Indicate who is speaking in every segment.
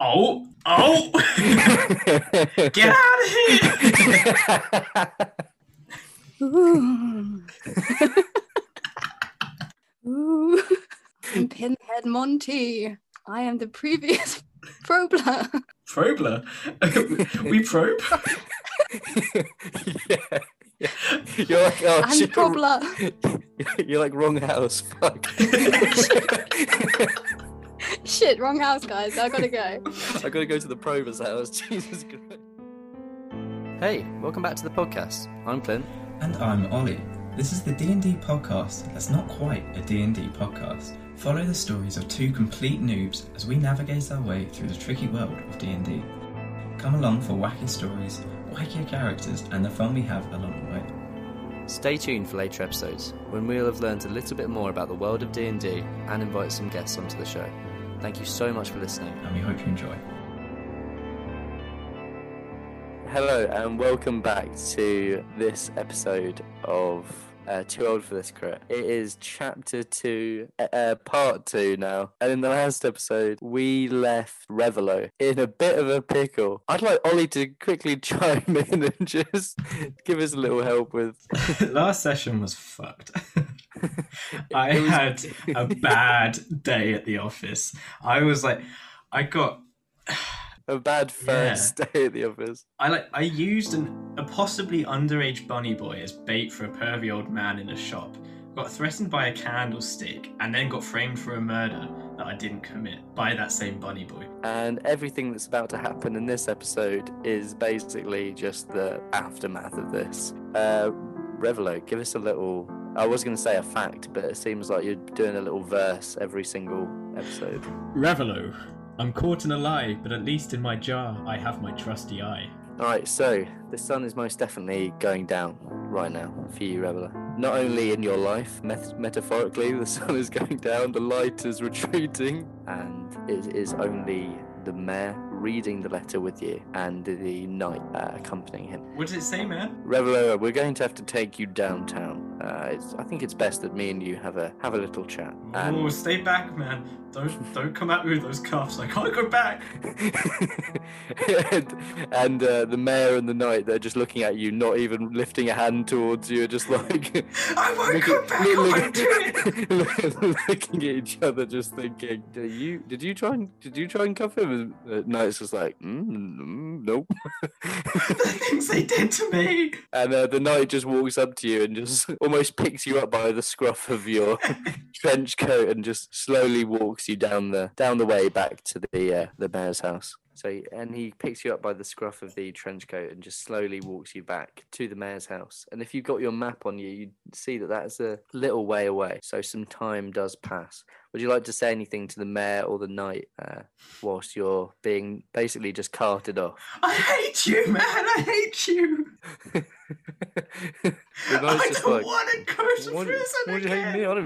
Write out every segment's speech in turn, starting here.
Speaker 1: Oh, oh, get out of here.
Speaker 2: Ooh. Ooh. I'm Pinhead Monty. I am the previous probler.
Speaker 1: Probler. we probe.
Speaker 3: yeah, yeah. You're like, oh,
Speaker 2: I'm
Speaker 3: shit.
Speaker 2: probler.
Speaker 3: You're like wrong house. Fuck.
Speaker 2: Shit, wrong house, guys. I gotta go.
Speaker 3: I gotta go to the prover's house. Jesus Christ. Hey, welcome back to the podcast. I'm Clint.
Speaker 4: And I'm Ollie. This is the D&D podcast that's not quite a D&D podcast. Follow the stories of two complete noobs as we navigate our way through the tricky world of D&D. Come along for wacky stories, wackier characters, and the fun we have along the way.
Speaker 3: Stay tuned for later episodes when we'll have learned a little bit more about the world of D&D and invite some guests onto the show. Thank you so much for listening.
Speaker 4: And we hope you enjoy.
Speaker 3: Hello and welcome back to this episode of uh, Too Old for This Crit. It is chapter two, uh, uh, part two now. And in the last episode, we left Revelo in a bit of a pickle. I'd like Ollie to quickly chime in and just give us a little help with.
Speaker 1: Last session was fucked. I
Speaker 3: It was-
Speaker 1: had a bad day at the office. I was like, I got,
Speaker 3: a bad first day at the office.
Speaker 1: I like, I used an, a possibly underage bunny boy as bait for a pervy old man in a shop. Got threatened by a candlestick and then got framed for a murder that I didn't commit by that same bunny boy.
Speaker 3: And everything that's about to happen in this episode is basically just the aftermath of this. Uh, Revelo, give us a little. I was going to say a fact, but it seems like you're doing a little verse every single episode.
Speaker 1: Revelo, I'm caught in a lie, but at least in my jar I have my trusty eye.
Speaker 3: All right, so the sun is most definitely going down right now for you, Revelo. Not only in your life, met- metaphorically, the sun is going down, the light is retreating, and it is only the mayor reading the letter with you and the knight uh, accompanying him.
Speaker 1: What does it say, man?
Speaker 3: Revelo, we're going to have to take you downtown. Uh, it's, I think it's best that me and you have a have a little chat.
Speaker 1: oh,
Speaker 3: And
Speaker 1: stay back, man. Don't don't come at me with those cuffs. I can't go back.
Speaker 3: and, and, uh, the mayor and the knight, they're just looking at you, not even lifting a hand towards you, just like
Speaker 1: I won't
Speaker 3: looking,
Speaker 1: go back. I won't do it.
Speaker 3: looking at each other, just thinking, "Did you did you try and did you try and cuff him?" And the knight's just like, mm, mm, "Nope."
Speaker 1: The things they did to me.
Speaker 3: And uh, the knight just walks up to you and just almost picks you up by the scruff of your trench coat and just slowly walks you down the down the way back to the uh, the mayor's house. So he- and he picks you up by the scruff of the trench coat and just slowly walks you back to the mayor's house. And if you've got your map on you, you see that that's a little way away. So some time does pass. Would you like to say anything to the mayor or the knight uh, whilst you're being basically just carted off?
Speaker 1: I hate you, man. I hate you.
Speaker 3: the
Speaker 1: I
Speaker 3: knight's just
Speaker 1: don't
Speaker 3: like,
Speaker 1: want to go to
Speaker 3: what,
Speaker 1: prison
Speaker 3: what do you hate
Speaker 1: again.
Speaker 3: me on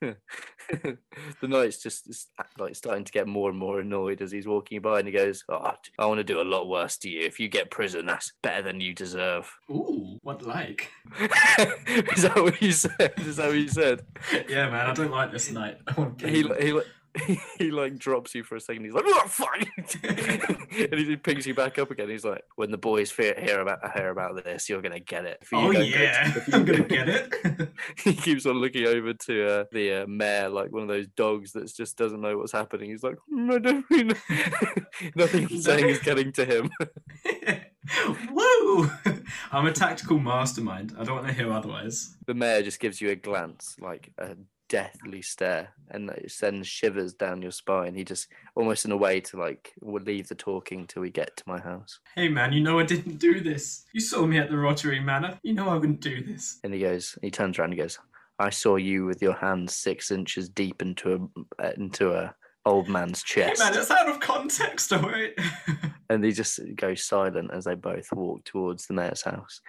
Speaker 3: him? the knight's just just act- like starting to get more and more annoyed as he's walking by, and he goes, oh, "I want to do a lot worse to you. If you get prison, that's better than you deserve."
Speaker 1: Ooh, what like?
Speaker 3: Is that what you said? Is that what you said?
Speaker 1: Yeah, man. I don't like this night. I want
Speaker 3: He li- he. li- He like drops you for a second. He's like, "Oh fuck!" and he picks you back up again. He's like, "When the boys fe- hear about hear about this, you're gonna get it." If you
Speaker 1: Oh
Speaker 3: don't go to-
Speaker 1: yeah,
Speaker 3: if you
Speaker 1: I'm gonna
Speaker 3: don't-
Speaker 1: get it.
Speaker 3: he keeps on looking over to uh, the uh, mayor like one of those dogs that just doesn't know what's happening. He's like, "Mm, I don't really know." nothing I'm saying is getting to him.
Speaker 1: Woo! I'm a tactical mastermind. I don't want to hear otherwise.
Speaker 3: The mayor just gives you a glance, like a deathly stare, and it sends shivers down your spine. He just almost in a way to like we'll leave the talking till we get to my house.
Speaker 1: Hey man, you know I didn't do this. You saw me at the Rotary Manor. You know I wouldn't do this.
Speaker 3: And he goes, he turns around, and goes, "I saw you with your hands six inches deep into a uh, into a old man's chest."
Speaker 1: Hey man, it's out of context, alright?
Speaker 3: and they just go silent as they both walk towards the mayor's house.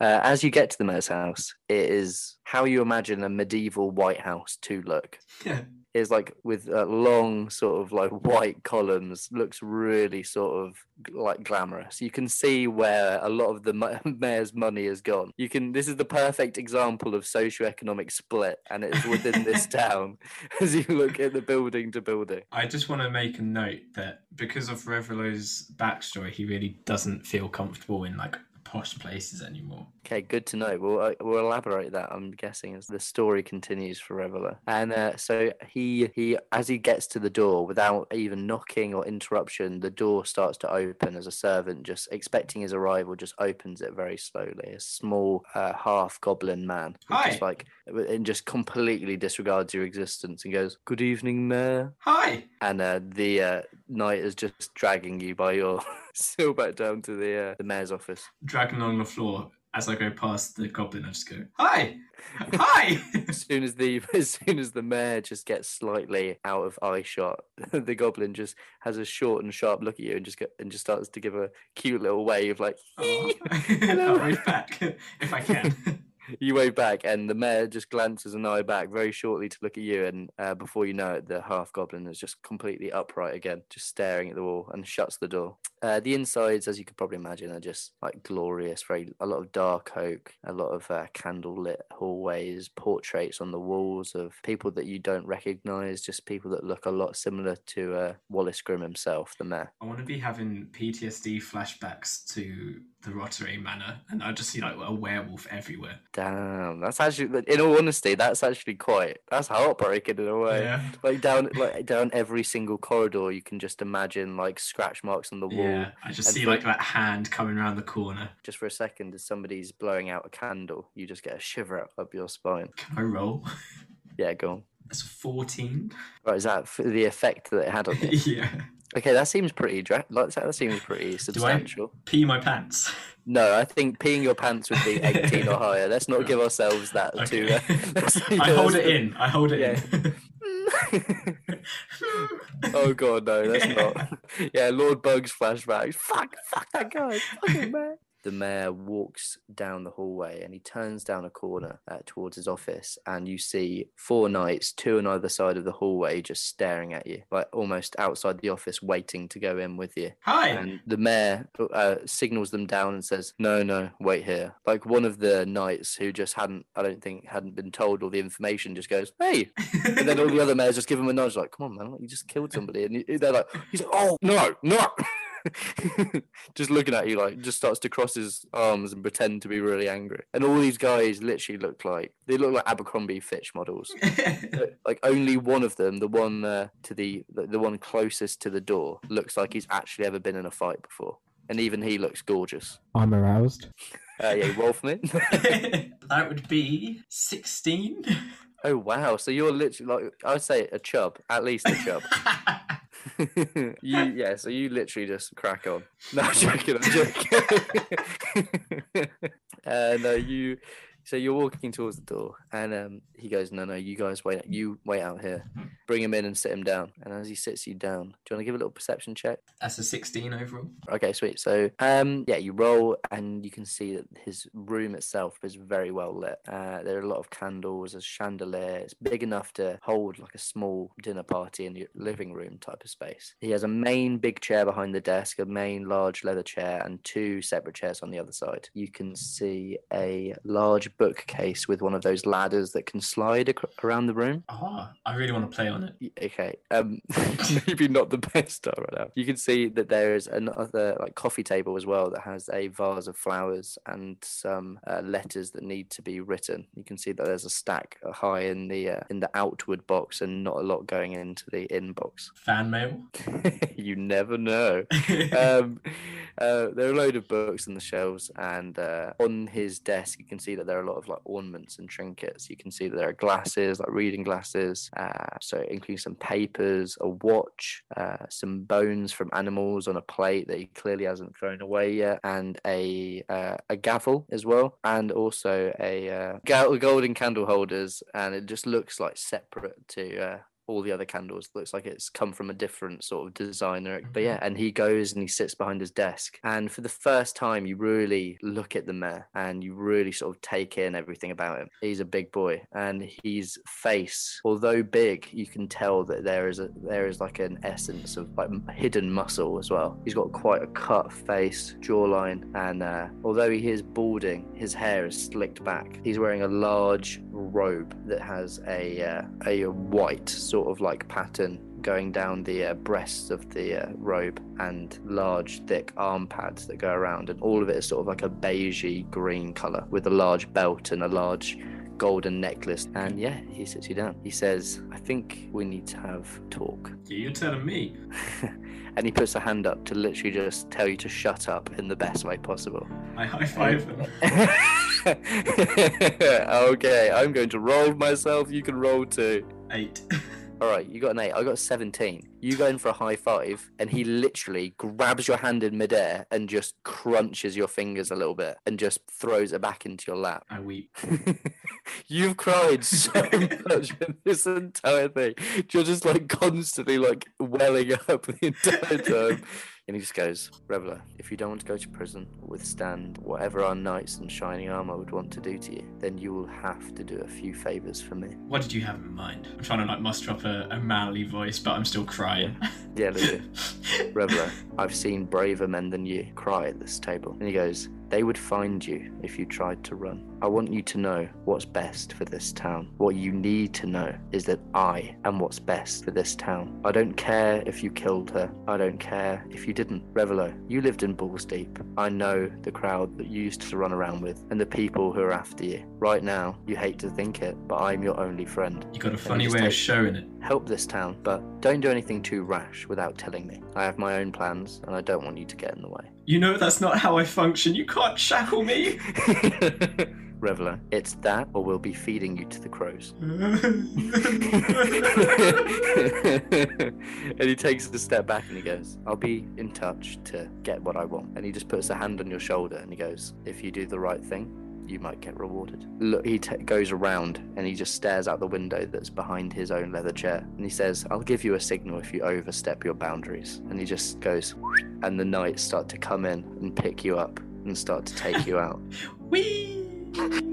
Speaker 3: Uh, as you get to the mayor's house, it is how you imagine a medieval White House to look.
Speaker 1: yeah.
Speaker 3: is like with uh, long sort of like white columns looks really sort of g- like glamorous you can see where a lot of the mo- mayor's money has gone you can this is the perfect example of socioeconomic split and it's within this town as you look at the building to building
Speaker 1: I just want to make a note that because of Revelo's backstory, he really doesn't feel comfortable in like posh places anymore.
Speaker 3: Okay, good to know. We'll uh, we'll elaborate that. I'm guessing as the story continues for Reveler, and uh, so he he as he gets to the door without even knocking or interruption, the door starts to open as a servant just expecting his arrival just opens it very slowly. A small uh, half goblin man, who
Speaker 1: Hi.
Speaker 3: just like and just completely disregards your existence and goes, "Good evening, Mayor."
Speaker 1: Hi,
Speaker 3: And uh, the uh, knight is just dragging you by your still back down to the uh, the mayor's office.
Speaker 1: dragging along the floor as I go past the goblin. I just go, hi, hi.
Speaker 3: as soon as the as soon as the mayor just gets slightly out of eye shot, the goblin just has a short and sharp look at you and just get, and just starts to give a cute little wave like
Speaker 1: Aw.
Speaker 3: Hello.
Speaker 1: I'll wave back if I can.
Speaker 3: you wave back, and the mayor just glances an eye back very shortly to look at you, and uh, before you know it, the half goblin is just completely upright again, just staring at the wall, and shuts the door. Uh, the insides, as you could probably imagine, are just like glorious. Very a lot of dark oak, a lot of uh, candlelit hallways, portraits on the walls of people that you don't recognise, just people that look a lot similar to uh, Wallace Grimm himself, the mayor.
Speaker 1: I want to be having PTSD flashbacks to the Rotary Manor, and I just see like a werewolf everywhere.
Speaker 3: Damn, that's actually, in all honesty, that's actually quite that's heartbreaking in a way.
Speaker 1: Yeah.
Speaker 3: like down like down every single corridor you can just imagine like scratch marks on the wall
Speaker 1: Yeah, I just
Speaker 3: And
Speaker 1: see
Speaker 3: for-
Speaker 1: like that hand coming around the corner.
Speaker 3: just for a second as somebody's blowing out a candle you just get a shiver up, up your spine
Speaker 1: Can I roll?
Speaker 3: yeah go on
Speaker 1: That's a 14.
Speaker 3: right is that f- the effect that it had on you
Speaker 1: yeah.
Speaker 3: okay that seems pretty dra- like that seems pretty substantial
Speaker 1: Pee my pants.
Speaker 3: no i think peeing your pants would be 18 or higher let's not give ourselves that too
Speaker 1: Okay.
Speaker 3: uh, let's-
Speaker 1: I hold
Speaker 3: let's-
Speaker 1: it in. I hold it in.
Speaker 3: oh god, no, that's not. Yeah, Lord Bugs flashbacks. Fuck, fuck that guy. Fucking man. The mayor walks down the hallway and he turns down a corner uh, towards his office, and you see four knights, two on either side of the hallway, just staring at you, like almost outside the office, waiting to go in with you.
Speaker 1: Hi.
Speaker 3: And the mayor uh, signals them down and says, "No, no, wait here." Like one of the knights who just hadn't, I don't think, hadn't been told all the information, just goes, "Hey, and then all the other mayors just give him a nudge, like, come on, man, you just killed somebody. And he- they're like, he's like, oh, no, no. just looking at you, like, just starts to cross his arms and pretend to be really angry. And all these guys literally look like, they look like Abercrombie Fitch models. like, only one of them, the one uh, to the, the, the one closest to the door, looks like he's actually ever been in a fight before. And even he looks gorgeous.
Speaker 5: I'm aroused.
Speaker 3: Uh, yeah, Wolfman.
Speaker 1: that would be 16.
Speaker 3: oh, wow. So you're literally, like, I'd say a chub, at least a chub. you yeah, so you literally just crack on. No, I'm joking. I'm joking. uh, no, you. So you're walking towards the door, and um, he goes, "No, no, you guys wait. You wait out here. Bring him in and sit him down." And as he sits you down, do you want to give a little perception check?
Speaker 1: That's a 16 overall.
Speaker 3: Okay, sweet. So, um, yeah, you roll and you can see that his room itself is very well lit. Uh, there are a lot of candles, a chandelier. It's big enough to hold like a small dinner party in your living room type of space. He has a main big chair behind the desk, a main large leather chair, and two separate chairs on the other side. You can see a large bookcase with one of those ladders that can slide ac- around the room.
Speaker 1: Ah, I really want to play on it.
Speaker 3: Y- okay um maybe not the best start right now you can see that there is another like coffee table as well that has a vase of flowers and some uh, letters that need to be written you can see that there's a stack high in the uh, in the outward box and not a lot going into the inbox
Speaker 1: Fan mail.
Speaker 3: you never know um, uh, there are a load of books on the shelves, and uh, on his desk, you can see that there are a lot of like ornaments and trinkets. You can see that there are glasses, like reading glasses, uh, so it includes some papers, a watch, uh, some bones from animals on a plate that he clearly hasn't thrown away yet, and a uh, a gavel as well, and also a uh, gol- golden candle holders, and it just looks like separate to. Uh, all the other candles looks like it's come from a different sort of designer. But yeah, and he goes and he sits behind his desk. And for the first time, you really look at the mayor and you really sort of take in everything about him. He's a big boy, and his face, although big, you can tell that there is a there is like an essence of like hidden muscle as well. He's got quite a cut face, jawline, and uh, although he is balding, his hair is slicked back. He's wearing a large robe that has a uh, a white sort of like pattern going down the uh, breasts of the uh, robe and large thick arm pads that go around and all of it is sort of like a beigey green color with a large belt and a large golden necklace and yeah he sits you down he says i think we need to have talk
Speaker 1: Yeah, You're telling me.
Speaker 3: and he puts a hand up to literally just tell you to shut up in the best way possible
Speaker 1: I high five them.
Speaker 3: okay i'm going to roll myself you can roll too
Speaker 1: Eight.
Speaker 3: All right, you got an eight. I got a 17. You go in for a high five, and he literally grabs your hand in midair and just crunches your fingers a little bit and just throws it back into your lap.
Speaker 1: I weep.
Speaker 3: You've cried so much in this entire thing. You're just like constantly like welling up the entire time. And he just goes, Reveler, if you don't want to go to prison, withstand whatever our knights in shining armor would want to do to you, then you will have to do a few favors for me.
Speaker 1: What did you have in mind? I'm trying to like muster up a, a manly voice, but I'm still crying.
Speaker 3: Yeah, Lulu. Reveler, I've seen braver men than you cry at this table. And he goes, They would find you if you tried to run. I want you to know what's best for this town. What you need to know is that I am what's best for this town. I don't care if you killed her. I don't care if you didn't. Reveler, you lived in Balls Deep. I know the crowd that you used to run around with and the people who are after you. Right now, you hate to think it, but I'm your only friend.
Speaker 1: you got a funny
Speaker 3: just
Speaker 1: way
Speaker 3: take-
Speaker 1: of showing it.
Speaker 3: Help this town, but don't do anything too rash without telling me. I have my own plans and I don't want you to get in the
Speaker 1: You know that's not how I function. You can't shackle me.
Speaker 3: way. Reveler, it's that or we'll be feeding you to the crows. and he takes a step back and he goes, I'll be in touch to get what I want. And he just puts a hand on your shoulder and he goes, If you do the right thing, you might get rewarded. Look, he t- goes around and he just stares out the window that's behind his own leather chair. And he says, I'll give you a signal if you overstep your boundaries. And he just goes, and the knights start to come in and pick you up and start to take you out.
Speaker 1: Wee.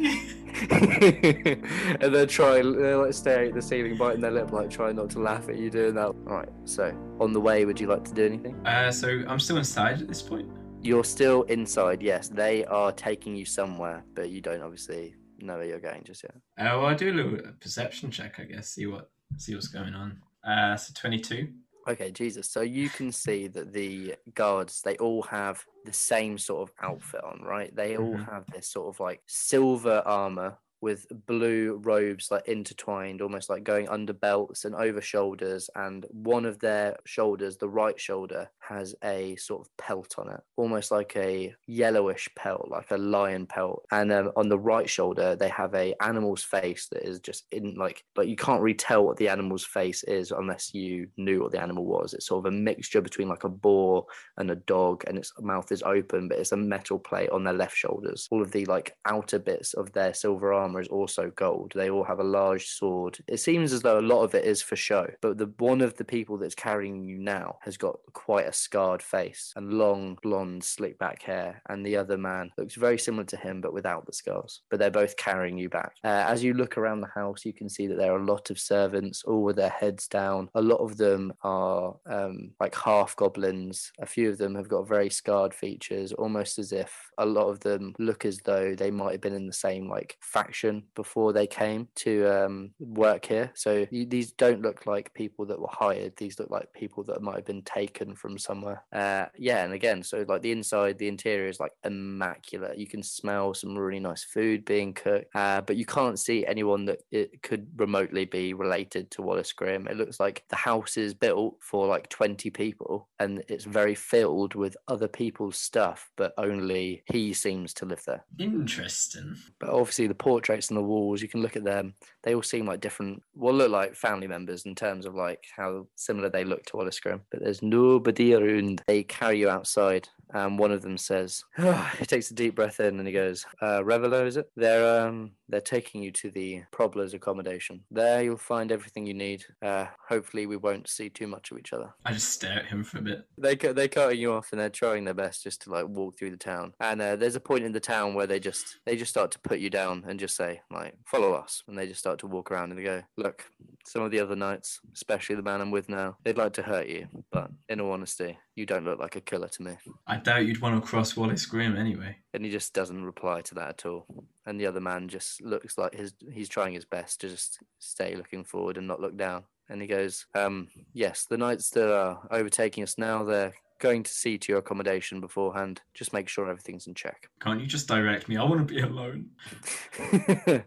Speaker 3: and they're trying, they're like staring at the ceiling, biting their lip, like trying not to laugh at you doing that. All right, so on the way, would you like to do anything?
Speaker 1: Uh, so I'm still inside at this point.
Speaker 3: You're still inside, yes. They are taking you somewhere, but you don't obviously know where you're going just yet.
Speaker 1: Uh, well, I do a little perception check, I guess. See what see what's going on. Uh, so 22.
Speaker 3: Okay, Jesus. So you can see that the guards, they all have the same sort of outfit on, right? They all
Speaker 1: Mhm.
Speaker 3: have this sort of like silver armor with blue robes like intertwined, almost like going under belts and over shoulders. And one of their shoulders, the right shoulder, has a sort of pelt on it, almost like a yellowish pelt, like a lion pelt. And um, on the right shoulder, they have a animal's face that is just in like, but you can't really tell what the animal's face is unless you knew what the animal was. It's sort of a mixture between like a boar and a dog and its mouth is open but it's a metal plate on their left shoulders all of the like outer bits of their silver armor is also gold they all have a large sword it seems as though a lot of it is for show but the one of the people that's carrying you now has got quite a scarred face and long blonde slick back hair and the other man looks very similar to him but without the scars but they're both carrying you back uh, as you look around the house you can see that there are a lot of servants all with their heads down a lot of them are um, like half goblins a few of them have got very scarred features almost as if a lot of them look as though they might have been in the same like faction before they came to um, work here so you, these don't look like people that were hired these look like people that might have been taken from somewhere uh, yeah and again so like the inside the interior is like immaculate you can smell some really nice food being cooked uh, but you can't see anyone that it could remotely be related to wallace grimm it looks like the house is built for like 20 people and it's very filled with other people's stuff but only he seems to live there
Speaker 1: Interesting.
Speaker 3: but obviously the portraits on the walls you can look at them they all seem like different well look like family members in terms of like how similar they look to Wallace Grimm but there's nobody around they carry you outside "Ah," and one of them says he takes a deep breath in and he goes uh, Revelo is it they're um They're taking you to the Probler's accommodation. There you'll find everything you need. Uh, hopefully, we won't see too much of each other.
Speaker 1: I just stare at him for a bit.
Speaker 3: They cut they cutting you off and they're trying their best just to like walk through the town. And uh, there's a point in the town where they just they just start to put you down and just say like follow us. And they just start to walk around and they go look. Some of the other knights, especially the man I'm with now, they'd like to hurt you. But in all honesty, you don't look like a killer to me.
Speaker 1: I doubt you'd want to cross Wallace Grim anyway.
Speaker 3: And he just doesn't reply to that at all. And the other man just looks like his he's trying his best to just stay looking forward and not look down. And he goes, um, yes, the knights that are overtaking us now, they're going to see to your accommodation beforehand. Just make sure everything's in check.
Speaker 1: Can't you just direct me? I want to be alone.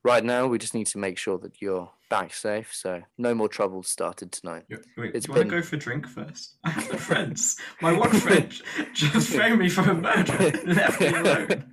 Speaker 3: right now, we just need to make sure that you're back safe, so no more trouble started tonight.
Speaker 1: You- Wait,
Speaker 3: It's
Speaker 1: do you want
Speaker 3: been-
Speaker 1: to go for a drink first? I have no friends. My one friend just framed me for a murder and left me alone.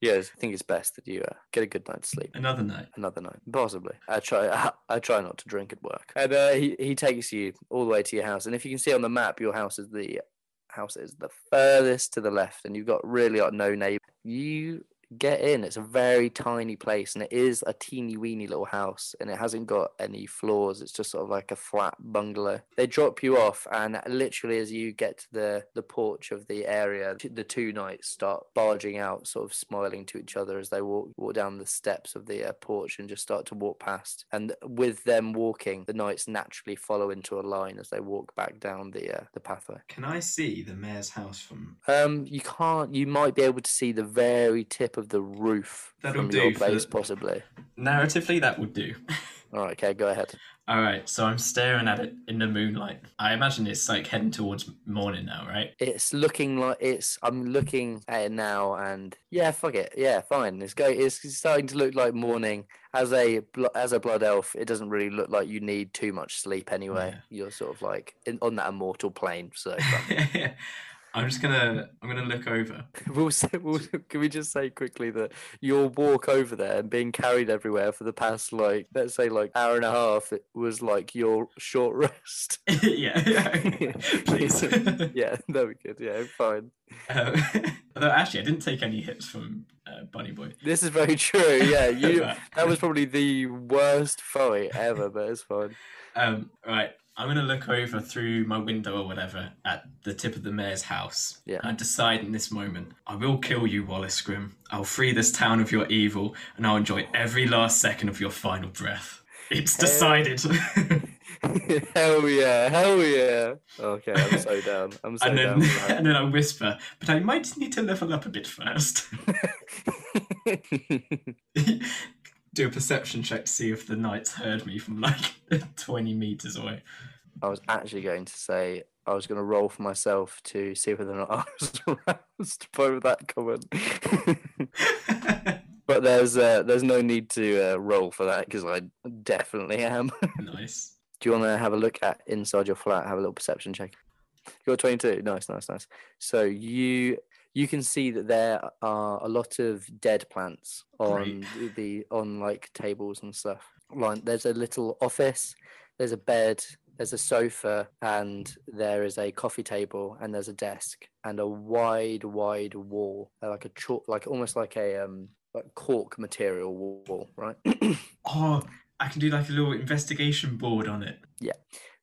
Speaker 3: yes, I think it's best that you uh, get a good night's sleep.
Speaker 1: Another night.
Speaker 3: another night possibly i try I, try not to drink at work and uh, he, he takes you all the way to your house and if you can see on the map your house is the house is the furthest to the left and you've got really like no neighbor you get in it's a very tiny place and it is a teeny weeny little house and it hasn't got any floors it's just sort of like a flat bungalow they drop you off and literally as you get to the the porch of the area t- the two knights start barging out sort of smiling to each other as they walk walk down the steps of the uh, porch and just start to walk past and with them walking the knights naturally follow into a line as they walk back down the uh, the pathway
Speaker 1: Can I see the mayor's house from.
Speaker 3: um, you can't. You might be able to see the very tip of the roof
Speaker 1: That'll
Speaker 3: from
Speaker 1: do
Speaker 3: your
Speaker 1: for
Speaker 3: place,
Speaker 1: the-
Speaker 3: possibly.
Speaker 1: Narratively, that would do.
Speaker 3: All right, okay, go ahead.
Speaker 1: All right, so I'm staring at it in the moonlight. I imagine it's like heading towards morning now, right?
Speaker 3: It's looking like it's. I'm looking at it now, and yeah, fuck it. Yeah, fine. It's go. It's starting to look like morning. As a blo- as a blood elf, it doesn't really look like you need too much sleep anyway.
Speaker 1: Yeah.
Speaker 3: You're sort of like in, on that immortal plane. So fuck
Speaker 1: I'm just gonna I'm gonna look over.
Speaker 3: it. we'll, say, we'll can we just say quickly that your walk over there and being carried everywhere for the past like let's say like hour and a half it was like your short rest.
Speaker 1: yeah, Um, please.
Speaker 3: yeah, that'd be good. Yeah, fine.
Speaker 1: Um, although actually, I didn't take any hits from uh, Bunny Boy.
Speaker 3: This is very true. Yeah, you.
Speaker 1: But-
Speaker 3: That was probably the worst fight ever, but it's fine.
Speaker 1: Um, right, I'm gonna look over through my window or whatever at the tip of the mayor's house.
Speaker 3: Yeah.
Speaker 1: And I decide in this moment, I will kill you, Wallace Grim. I'll free this town of your evil, and I'll enjoy every last second of your final breath. It's
Speaker 3: Hell.
Speaker 1: decided.
Speaker 3: hell yeah! Hell yeah! Okay, I'm so down. I'm so
Speaker 1: and
Speaker 3: down.
Speaker 1: then,
Speaker 3: for that.
Speaker 1: and then I whisper, but I might need to level up a bit first. Do a perception check to see if the knights heard me from like 20 meters away.
Speaker 3: I was actually going to say I was going to roll for myself to see whether or not I was aroused by that comment. But there's uh, there's no need to uh, roll for that because I definitely am.
Speaker 1: nice.
Speaker 3: Do you want to have a look at inside your flat? Have a little perception check. You're 22. Nice, nice, nice. So you you can see that there are a lot of dead plants on the on like tables and stuff. Like there's a little office. There's a bed. There's a sofa, and there is a coffee table, and there's a desk, and a wide, wide wall, uh, like a chalk, like almost like a um like cork material wall, right?
Speaker 1: Oh, I can do like a little investigation board on it.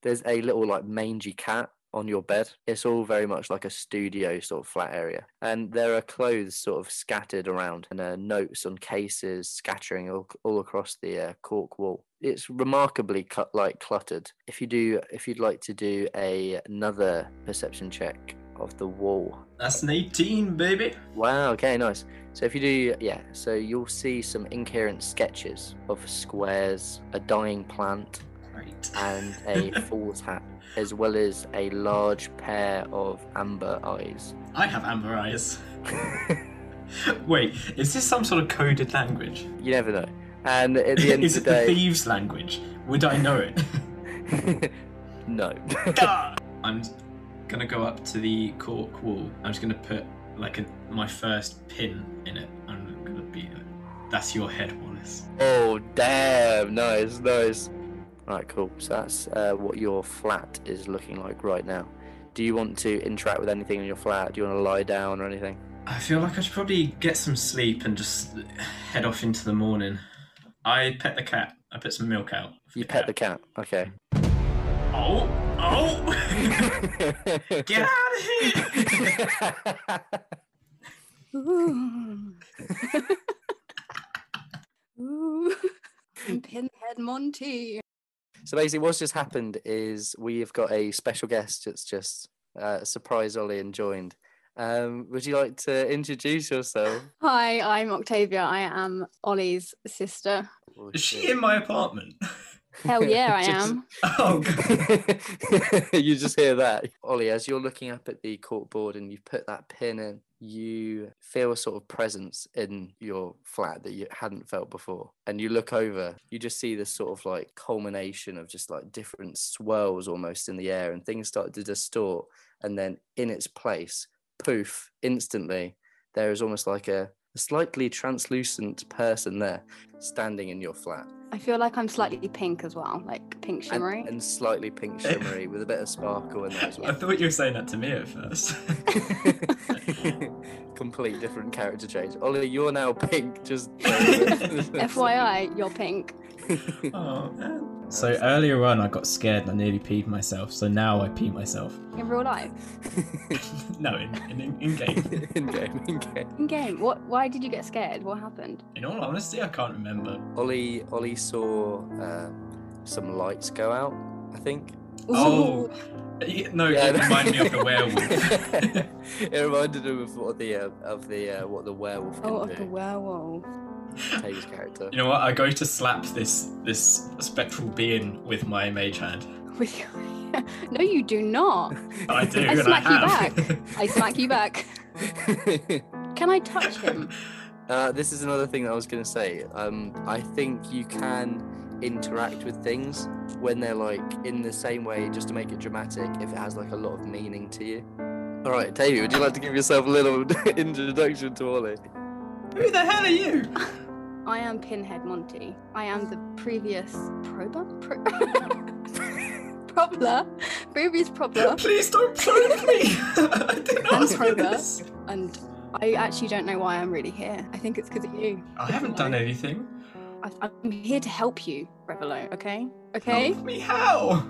Speaker 3: there's a little like mangy cat on your bed. It's all very much like a studio sort of flat area. And there are clothes sort of scattered around and uh, notes on cases scattering all, all across the uh, cork wall. It's remarkably cut like cluttered. If you do if you'd like to do a, another perception check of the wall.
Speaker 1: That's an 18, baby.
Speaker 3: Wow, okay, nice. So if you do yeah, so you'll see some incoherent sketches of squares, a dying plant,
Speaker 1: Great.
Speaker 3: and a fool's hat, as well as a large pair of amber eyes.
Speaker 1: I have amber eyes. Wait, is this some sort of coded language?
Speaker 3: You never know. And at the end of
Speaker 1: is
Speaker 3: the
Speaker 1: it
Speaker 3: day,
Speaker 1: the thieves' language? Would I know it?
Speaker 3: no.
Speaker 1: Ah! I'm gonna go up to the cork wall. I'm just gonna put like a, my first pin in it. I'm gonna be like, that's your head, Wallace.
Speaker 3: Oh damn! Nice, nice. All right, cool. So that's uh, what your flat is looking like right now. Do you want to interact with anything in your flat? Do you want to lie down or anything?
Speaker 1: I feel like I should probably get some sleep and just head off into the morning. I pet the cat. I put some milk out. for
Speaker 3: You pet the cat. Okay.
Speaker 1: Oh, oh! get out of here!
Speaker 2: Ooh. Ooh. I'm Pinhead Monty.
Speaker 3: so basically, what's just happened is we have got a special guest that's just uh, surprise Ollie and joined. Um, would you like to introduce yourself?
Speaker 2: Hi, I'm Octavia. I am Ollie's sister.
Speaker 3: Oh,
Speaker 1: Is she
Speaker 3: shit.
Speaker 1: in my apartment?
Speaker 2: Hell yeah, I
Speaker 3: Just-
Speaker 2: am.
Speaker 1: Oh, God.
Speaker 3: you just hear that. Ollie, as you're looking up at the court board and you put that pin in, you feel a sort of presence in your flat that you hadn't felt before. And you look over, you just see this sort of like culmination of just like different swirls almost in the air, and things start to distort. And then in its place, poof, instantly, there is almost like a slightly translucent person there standing in your flat
Speaker 2: I feel like I'm slightly pink as well, like pink
Speaker 3: and,
Speaker 2: shimmery.
Speaker 3: and slightly pink shimmery with a bit of sparkle in there as
Speaker 1: I
Speaker 3: well.
Speaker 1: thought you were saying that to me at first.
Speaker 3: Complete different character change. Ollie, you're now pink. Just
Speaker 2: FYI, you're pink.
Speaker 1: oh, man. So uh, earlier on, I got scared and I nearly peed myself. So now I pee myself.
Speaker 2: In real life.
Speaker 1: no, in, in, in, in game.
Speaker 3: in game, in game.
Speaker 2: In game. What why did you get scared? What happened?
Speaker 1: In all honesty, I can't remember.
Speaker 3: Ollie, Ollie saw um, some lights go out. I think.
Speaker 1: Oh, y- no, it reminded me of the werewolf.
Speaker 3: it reminded him of what the uh, of the uh, what the werewolf can
Speaker 2: Oh, of
Speaker 3: do.
Speaker 2: the werewolf.
Speaker 3: Taylor's character.
Speaker 1: you know what? I go to slap this this spectral being with my mage hand.
Speaker 2: With your... no, you do not.
Speaker 1: I do,
Speaker 2: I
Speaker 1: and
Speaker 2: smack you
Speaker 1: I have.
Speaker 2: I smack you back. Can I touch him?
Speaker 3: Uh, this is another thing that I was going to say. Um, I think you can interact with things when they're like in the same way, just to make it dramatic, if it has like a lot of meaning to you. All right, David, would you like to give yourself a little introduction to Ollie?
Speaker 1: Who the hell are you?
Speaker 2: I am Pinhead Monty. I am the previous prober? Pro- probler. Previous probler.
Speaker 1: Please don't probe me. I did not
Speaker 2: And
Speaker 1: ask for
Speaker 2: Kroger.
Speaker 1: this.
Speaker 2: And I actually don't know why I'm really here. I think it's because of you.
Speaker 1: I haven't done anything.
Speaker 2: I, I'm here to help you, Revelo, okay? Okay?
Speaker 1: Help me how?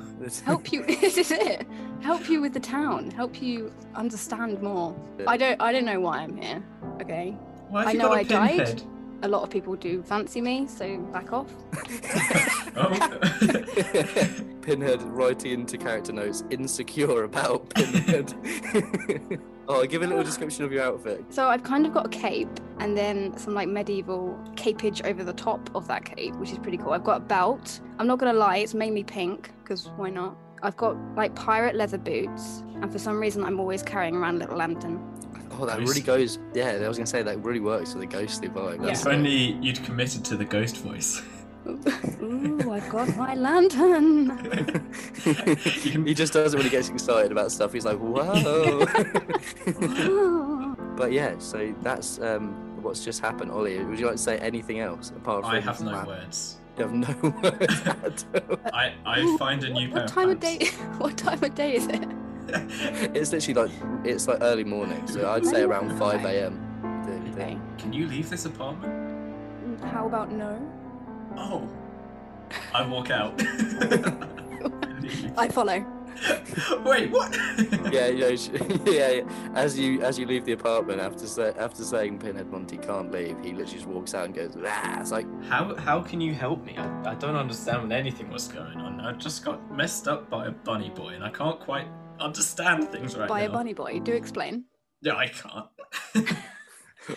Speaker 2: help you this is it. Help you with the town. Help you understand more. I don't I don't know why I'm here. Okay.
Speaker 1: Why have
Speaker 2: I
Speaker 1: you
Speaker 2: know
Speaker 1: got a
Speaker 2: I died.
Speaker 1: pinhead?
Speaker 2: A lot of people do fancy me, so back off.
Speaker 1: Oh.
Speaker 3: Pinhead writing into character notes, insecure about Pinhead. oh, give a little description of your outfit.
Speaker 2: So I've kind of got a cape and then some like medieval capage over the top of that cape, which is pretty cool. I've got a belt. I'm not gonna lie, it's mainly pink, because why not? I've got like pirate leather boots, and for some reason I'm always carrying around a little lantern.
Speaker 3: Oh, that
Speaker 1: Ghost.
Speaker 3: really goes. Yeah, I was going to say that really works with the ghostly vibe.
Speaker 1: If
Speaker 3: That's it.
Speaker 1: only you'd committed to the ghost voice.
Speaker 2: Ooh, I've got my lantern.
Speaker 3: he just does it when he gets excited about stuff. He's like, whoa.
Speaker 2: Ooh.
Speaker 3: but yeah, so that's um, what's just happened, Ollie. Would you like to say anything else apart from
Speaker 1: I have no
Speaker 3: that?
Speaker 1: words.
Speaker 3: You have no words at all.
Speaker 1: I, I
Speaker 2: Ooh,
Speaker 1: find a new
Speaker 2: Uh, what,
Speaker 1: pair
Speaker 2: what time
Speaker 1: of
Speaker 2: of day? What time of day is it?
Speaker 1: day?
Speaker 3: It's literally like it's like early morning, so I'd say around five a.m. The- the-
Speaker 2: Okay.
Speaker 1: Can you leave this apartment?
Speaker 2: How about no?
Speaker 1: Oh. I walk out.
Speaker 2: I follow.
Speaker 1: Wait, what?
Speaker 3: Yeah, you know, sh- yeah, yeah. As you as you leave the apartment after say, after saying Pinhead Monty can't leave, he literally just walks out and goes, ah, it's like
Speaker 1: How how can you help me? I, I don't understand anything what's going on. I just got messed up by a bunny boy and I can't quite understand things right
Speaker 2: By
Speaker 1: now.
Speaker 2: a bunny boy. Do explain.
Speaker 1: Yeah, I can't.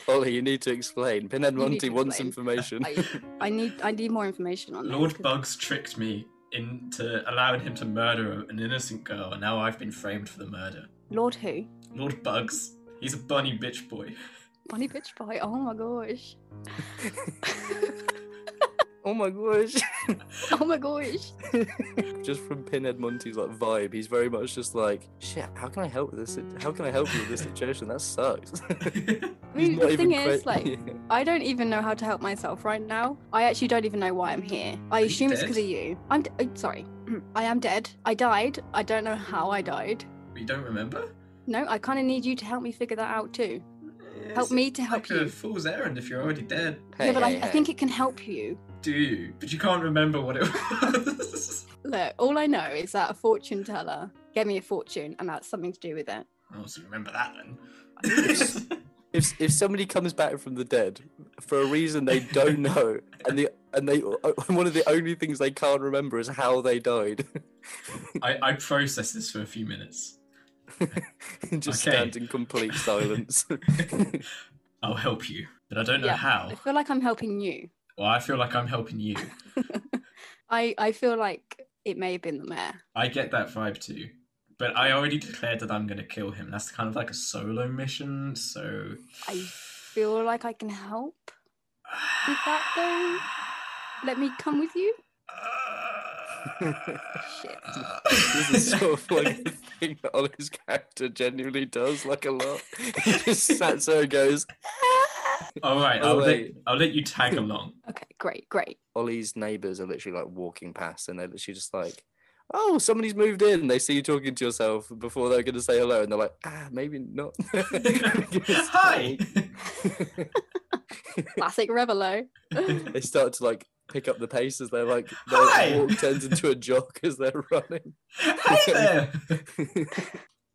Speaker 3: Ollie, you need to explain. Pinhead
Speaker 2: You need
Speaker 3: Monty
Speaker 2: to
Speaker 3: wants
Speaker 2: explain.
Speaker 3: information.
Speaker 2: I, I need I need more information on this,
Speaker 1: Lord
Speaker 2: 'cause
Speaker 1: Bugs tricked me into allowing him to murder an innocent girl, and now I've been framed for the murder.
Speaker 2: Lord who?
Speaker 1: Lord Bugs, he's a bunny bitch boy.
Speaker 2: Bunny bitch boy. Oh my gosh.
Speaker 3: oh my gosh.
Speaker 2: Oh my gosh.
Speaker 3: just from Pinhead Monty's like vibe, he's very much just like, shit. How can I help with this? How can I help you with this situation? That sucks.
Speaker 2: I mean, the thing is,
Speaker 3: que-
Speaker 2: like,
Speaker 3: Yeah.
Speaker 2: I don't even know how to help myself right now. I actually don't even know why I'm here. I
Speaker 1: Are you
Speaker 2: assume it's because
Speaker 1: dead?
Speaker 2: of you. I'm d- oh, sorry. I am dead. I died. I don't know how I died.
Speaker 1: You don't remember?
Speaker 2: No, I kind of need you to help me figure that out too. help
Speaker 1: It's
Speaker 2: me to help
Speaker 1: like a
Speaker 2: you.
Speaker 1: fool's errand if you're already dead.
Speaker 2: yeah, but
Speaker 3: hey,
Speaker 2: I, I
Speaker 3: hey.
Speaker 2: think it can help you.
Speaker 1: Do you? But you can't remember what it was.
Speaker 2: Look, all I know is that a fortune teller gave me a fortune, and that's something to do with it.
Speaker 1: I also remember that then.
Speaker 3: If if somebody comes back from the dead for a reason they don't know, and the and they one of the only things they can't remember is how they died,
Speaker 1: I, I processed this for a few minutes.
Speaker 3: just
Speaker 1: Okay.
Speaker 3: stand in complete silence.
Speaker 1: I'll help you, but I don't know
Speaker 2: Yeah.
Speaker 1: how.
Speaker 2: I feel like I'm helping you.
Speaker 1: Well, I feel like I'm helping you.
Speaker 2: I I feel like it may have been the mayor.
Speaker 1: I get that vibe too. But I already declared that I'm going to kill him. That's kind of like a solo mission, so.
Speaker 2: I Feel like I can help. Is that though? Let me come with you. Shit.
Speaker 3: this is sort of like the thing that Ollie's character genuinely does, like a lot. He just sat there and goes,
Speaker 1: All right,
Speaker 3: Oh,
Speaker 1: I'll let,
Speaker 3: wait.
Speaker 1: I'll let you tag along.
Speaker 2: Okay, great, great.
Speaker 3: Ollie's neighbours are literally like walking past, and they're literally just like, "Oh, somebody's moved in." They see you talking to yourself before they're going to say hello, and they're like, "Ah, maybe not."
Speaker 1: Hi!
Speaker 2: Classic Revelo.
Speaker 3: they start to like pick up the pace as they're like their
Speaker 1: Hi!
Speaker 3: walk turns into a jog as they're running.
Speaker 1: Hi there!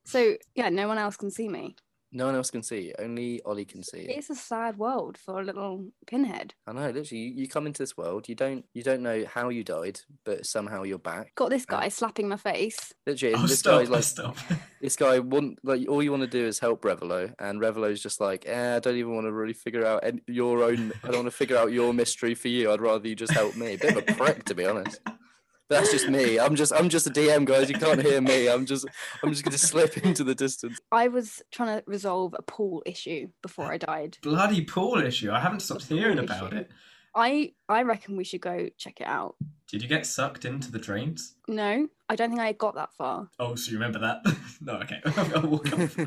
Speaker 2: So yeah, no one else can see me.
Speaker 3: no one else can see. you, Only Ollie can see. you.
Speaker 2: It's a sad world for a little pinhead.
Speaker 3: I know. Literally, you, you come into this world. You don't. You don't know how you died, but somehow you're back.
Speaker 2: Got this guy slapping my face.
Speaker 3: Literally, and
Speaker 1: I'll
Speaker 3: this
Speaker 1: Oh, stop,
Speaker 3: guy's like
Speaker 1: I'll stop.
Speaker 3: this guy want like all you want to do is help Revelo, and Revelo's just like, eh, I don't even want to really figure out any, your own. I don't want to figure out your mystery for you. I'd rather you just help me. Bit of a prick, to be honest. But that's just me. I'm just I'm just a DM, guys. You can't hear me. I'm just I'm just gonna slip into the distance.
Speaker 2: I was trying to resolve a pool issue before I died.
Speaker 1: Bloody pool issue. I haven't stopped hearing
Speaker 2: Pool
Speaker 1: about
Speaker 2: issue.
Speaker 1: it.
Speaker 2: I I reckon we should go check it out.
Speaker 1: Did you get sucked into the drains?
Speaker 2: No, I don't think I got that far.
Speaker 1: Oh, so you remember that? no, okay. I'll walk off. Uh,